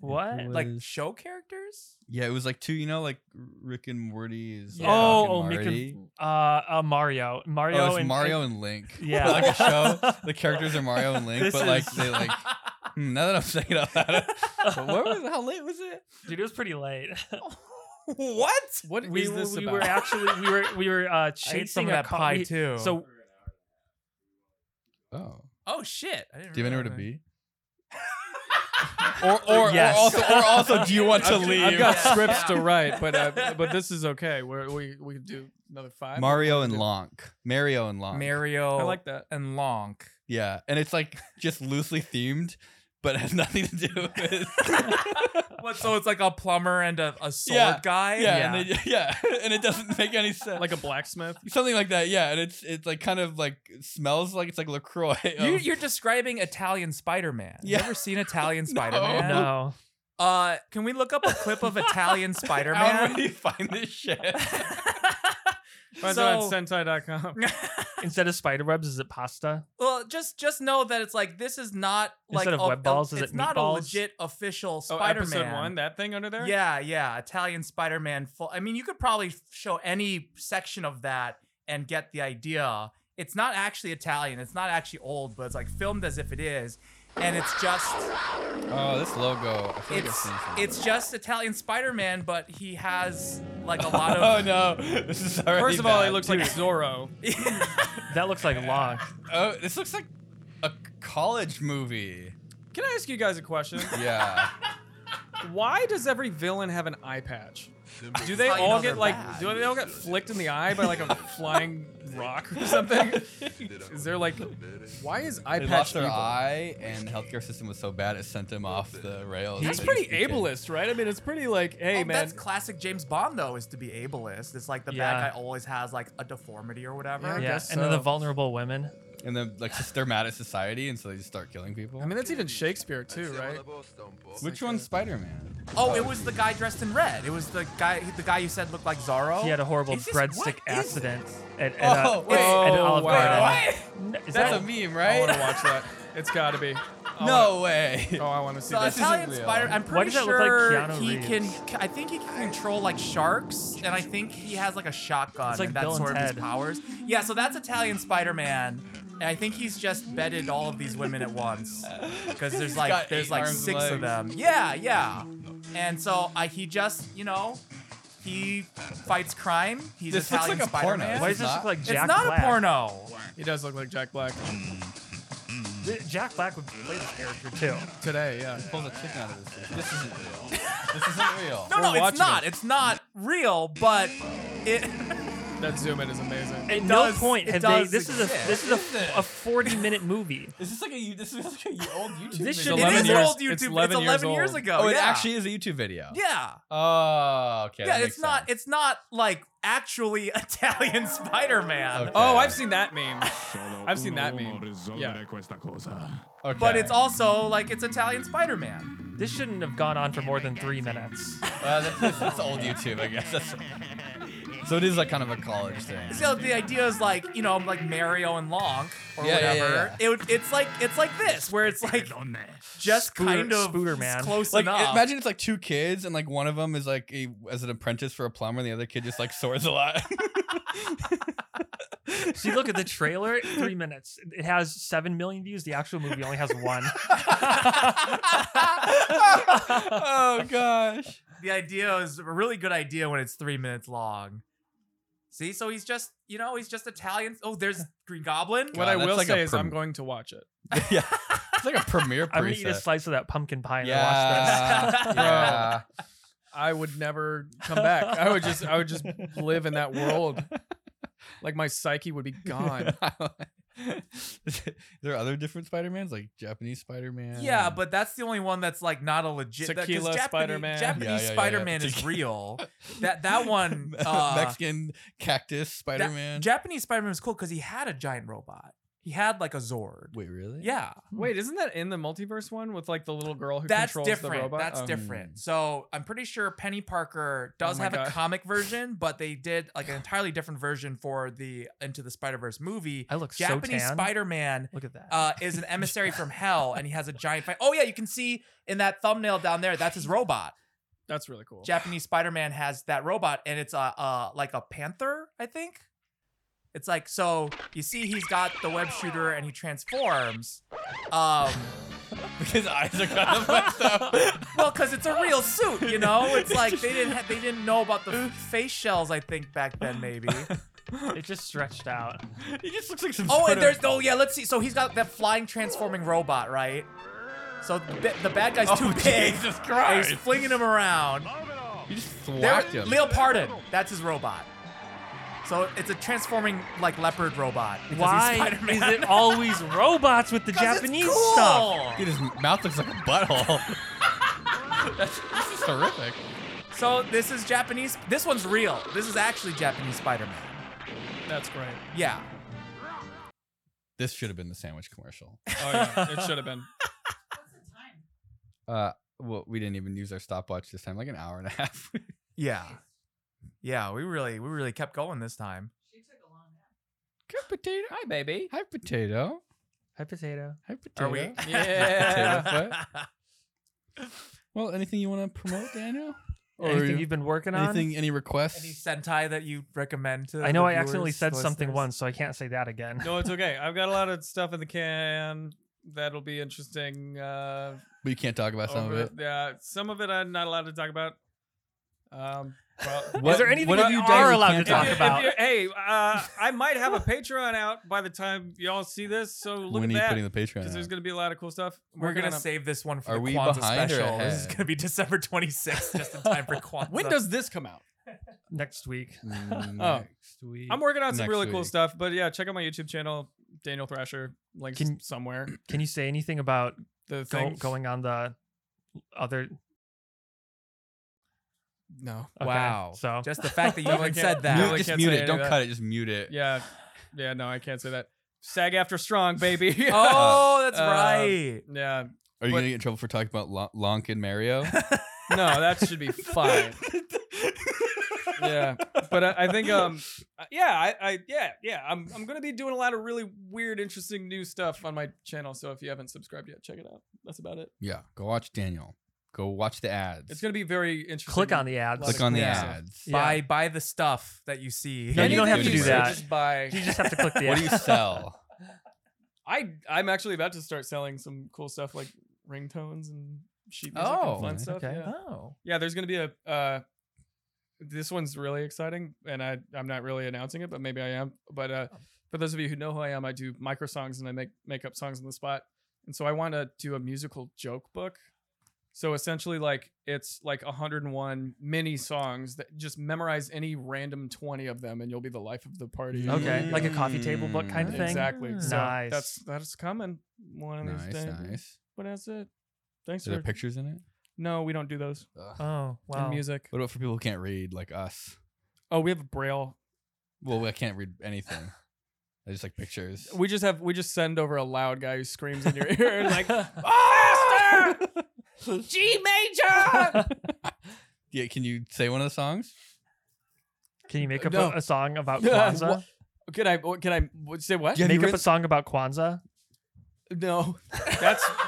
What? It Like was- show characters. Yeah, it was like two. You know, like Rick and Morty is. Yeah. Like Oh, Doc oh, and Mick Marty. and, uh, uh, Mario, Mario, Oh, it's and Mario and Link. Yeah. like a show. The characters are Mario and Link, This but like is- they like. Hmm, now that I'm saying it out loud, but what was how late was it? Dude, it was pretty late. what? What is we were- this we about? were actually we were we were uh, I ate some chasing of a that car- pie we- too. So Oh, oh shit! I didn't do you have anywhere to realize. be? Or or, Yes. or also or also, do you want to I've, leave? I've got Yeah. scripts to write, but uh, but this is okay. We're, we we can do another five. Mario and Lonk, Mario and Lonk, Mario I like that. and Lonk. yeah, and it's like just loosely themed, but has nothing to do with. What? So it's like a plumber and a, a sword Yeah, guy. yeah, and they- yeah, and it doesn't make any sense. Like a blacksmith. something like that. Yeah, and it's it's like kind of like smells like it's like Lacroix. You, of- you're describing Italian Spider Man. Oh. Yeah. You ever seen Italian Spider Man? no, Uh, can we look up a clip of Italian Spider Alan, where Man? do you find this shit? Find it so, on Sentai.com. instead of spider webs, is it pasta? well, just just know that it's like this is not like Instead of a- web balls, is it's it not a meatballs? legit official Oh, Spider Man. episode one, that thing under there. Yeah, yeah, Italian Spider-Man. Full. I mean, you could probably f- show any section of that and get the idea. It's not actually Italian. It's not actually old, but it's like filmed as if it is, and it's just Oh, this logo. I feel like I've it's seen something. it's just Italian Spider-Man, but he has like a lot Oh of. no! This is already. First of all, bad. it looks like Zorro. That looks like long. Oh, this looks like a college movie. Can I ask you guys a question? Yeah. Why does every villain have an eye patch? Do they How you all know get they're like? bad. Do they all get flicked in the eye by like a flying rock or something? Is there like? Why is eye They patch lost their evil? eye, and healthcare system was so bad it sent him off the rails. That's They pretty just became- ableist, right? I mean, it's pretty like, hey Oh, man, that's classic James Bond though, is to be ableist. It's like the Yeah. bad guy always has like a deformity or whatever. I yeah, guess and then the so. vulnerable women. and then like just they're mad at society, and so they just start killing people. I mean, that's even Shakespeare too, right? which like one's a- Spider Man? Oh, it was the guy dressed in red. It was the guy the guy you said looked like Zorro. He had a horrible Oh, Is this- breadstick what is accident at, at, Oh, a, wait. at an Oh, Olive wow. Garden. What? N- Is That's that, a meme, I want to right? watch that. It's got to be. I No way. Wanna, oh, I want to see So This this. isn't Italian real. Spider. I'm pretty Why does that look like sure Keanu he Reeves? can. I think he can control like sharks, and I think he has like a shotgun. It's like and that's Bill and sort of Ted. his powers. Yeah, so that's Italian Spider-Man, and I think he's just bedded all of these women at once because there's got like there's eight like arms and six legs. of them. Yeah, yeah. And so uh, he just you know he fights crime. He's This looks Italian like a porno. Spider-Man. why It's does this look not- like it's Jack not Black? a porno. He does look like Jack Black Th- Jack Black would play this character too. today. Yeah. Pulls a chicken out of this. thing. This isn't real. This isn't real. No, no, We're it's watching not. it. It's not real, but it. That zoom in is amazing. does- At no point it have they. does This is a exist. this is a, a forty minute movie. Is this like a you- this is like a y- old YouTube? This video? should- It 11 is an years- old YouTube. it's It's 11 11, years years old. ago. Oh, it yeah. actually is a YouTube video. Yeah. Oh, okay. that Yeah, it's makes not. sense. It's not like actually Italian Spider-Man, Okay. Oh, I've seen that meme. I've seen that meme. Yeah. Okay. but it's also like it's Italian Spider-Man. This shouldn't have gone on for more than three minutes. Uh, that's, that's, that's old YouTube, I guess. That's, so it is like kind of a college thing. So the idea is like you know like Mario and Lonk or Yeah, yeah, whatever. yeah, yeah. It would- it's like it's like this where it's like just Spooder- kind of Spooderman. close Like enough. imagine it's like two kids and like one of them is like a as an apprentice for a plumber and the other kid just like soars a lot. So you look at the trailer, three minutes. It has seven million views. The actual movie only has one. oh gosh. the idea is a really good idea when it's three minutes long. See, so he's just you know he's just Italian. Oh, there's Green Goblin. What What God, I that's will like a say is prom- I'm going to watch it. yeah. It's like a premiere I'm gonna eat a preset. slice of that pumpkin pie and watch Yeah. this. Uh, yeah. I would never come back. I would just I would just live in that world. Like my psyche would be gone. is there other different Spider-Mans like Japanese Spider-Man? Yeah, but that's the only one that's like not a legit. that- 'cause Tequila Japanese- Spider-Man. Japanese Yeah, yeah, yeah, yeah. Spider-Man is Tequi- real. That that one. Uh, Mexican cactus that- Spider-Man. Japanese Spider-Man was cool because he had a giant robot. He had like a Zord. Wait, really? Yeah, Wait, isn't that in the multiverse one with like the little girl who that's controls the different. robot? That's Oh. different. So I'm pretty sure Penny Parker does my have God. a comic version, but they did like an entirely different version for the Into the Spider Verse movie. I look so Japanese tan. Spider-Man Look at that. uh, is an emissary from hell, and he has a giant fight. Oh yeah, you can see in that thumbnail down there. That's his robot. That's really cool. Japanese Spider-Man has that robot, and it's a uh, like a panther, I think. It's like so you see he's got the web shooter and he transforms. Um, His eyes are kind of messed up. well, because it's a real suit, you know. It's like they didn't ha- they didn't know about the face shells, I think back then maybe. it just stretched out. He just looks like some. Oh, sort and of- there's oh yeah, let's see. So he's got that flying transforming robot, right? So the, the bad guy's too Oh, big. Jesus and He's Christ! flinging him around. You just There, thwacked him. Leopardon. That's his robot. So it's a transforming like leopard robot. because he's Why Spider-Man. is it always robots with the 'Cause it's Japanese cool. stuff? Dude, his mouth looks like a butthole. That's this is terrific. So this is Japanese. This one's real. This is actually Japanese Spider-Man. That's great. Yeah. This should have been the sandwich commercial. Oh yeah, it should have been. Uh, well, we didn't even use our stopwatch this time. Like an hour and a half. Yeah. Yeah. We really we really kept going this time. Good potato. Hi, baby. Hi, potato. Hi, potato. Hi, potato. Are we? Yeah. Well, anything you want to promote, Daniel? Or Anything you- you've been working on? anything? uh, Any requests? Any sentai that you recommend to? I know the I accidentally viewers, said something listeners? once, so I can't say that again. No, it's okay. I've got a lot of stuff in the can that'll be interesting. Uh, but you can't talk about some of over- it. Yeah, some of it I'm not allowed to talk about. Um, well, Is What- there anything what we have you done are we allowed to can't talk If- if about? you're- hey, uh, I might have a Patreon out by the time y'all see this, so look when are at you that. putting the Patreon? because there's out? gonna be a lot of cool stuff. We're Working gonna on a- save this one for Are the we Kwanzaa behind or special. This is ahead? gonna be December 26th, just in time for Kwanzaa. When does this come out? Next week. Mm. Next week. I'm working on some Next really cool week. stuff, but yeah, check out my YouTube channel, Daniel Thrasher. Links Can- somewhere. Can you say anything about The go, thing going on the other? No. Okay, Wow. So Just the fact that you Really even can't- said Mute- that. really just can't mute say it. any of Don't that. cut it. Just mute it. Yeah, yeah. No, I can't say that. sag after strong, baby. Oh, that's Uh, right. yeah. Are you But- gonna get in trouble for talking about Lon- Lonk and Mario? No, that should be fine. yeah, but I, I think um, yeah, I, I yeah yeah I'm I'm gonna be doing a lot of really weird, interesting new stuff on my channel. So if you haven't subscribed yet, check it out. That's about it. yeah, go watch Daniel. Go watch the ads. It's gonna be very interesting. Click on the ads. Click on the Yeah. ads. Yeah. Buy buy the stuff that you see. No, you Anything don't have to you do say, that. Just buy. You just have to click the What ads. do you sell? I I'm actually about to start selling some cool stuff like ringtones and sheet music Oh, and fun stuff. okay. Yeah. Oh. Yeah, there's gonna be a. Uh, this one's really exciting, and I I'm not really announcing it, but maybe I am. But uh, Oh. for those of you who know who I am, I do micro songs and I make make up songs on the spot, and so I want to do a musical joke book. So essentially, like it's like 101 mini songs that just memorize any random 20 of them, and you'll be the life of the party. Okay, like a coffee table book kind of Mm, thing. Exactly. So Nice. That's that's coming one of these Nice, days. nice. But that's it. Thanks Is there for pictures in it? no, we don't do those. Oh And wow. music. What about for people who can't read, like us? Oh, we have a braille. Well, I can't read anything. I just like pictures. We just have we just send over a loud guy who screams in your ear like Oh, G major. Yeah, can you say one of the songs? Can you make up No. a, a song about Yeah, Kwanzaa? can I what- can I what, say what? Yeah. Have you make up written- a song about Kwanzaa. No. That's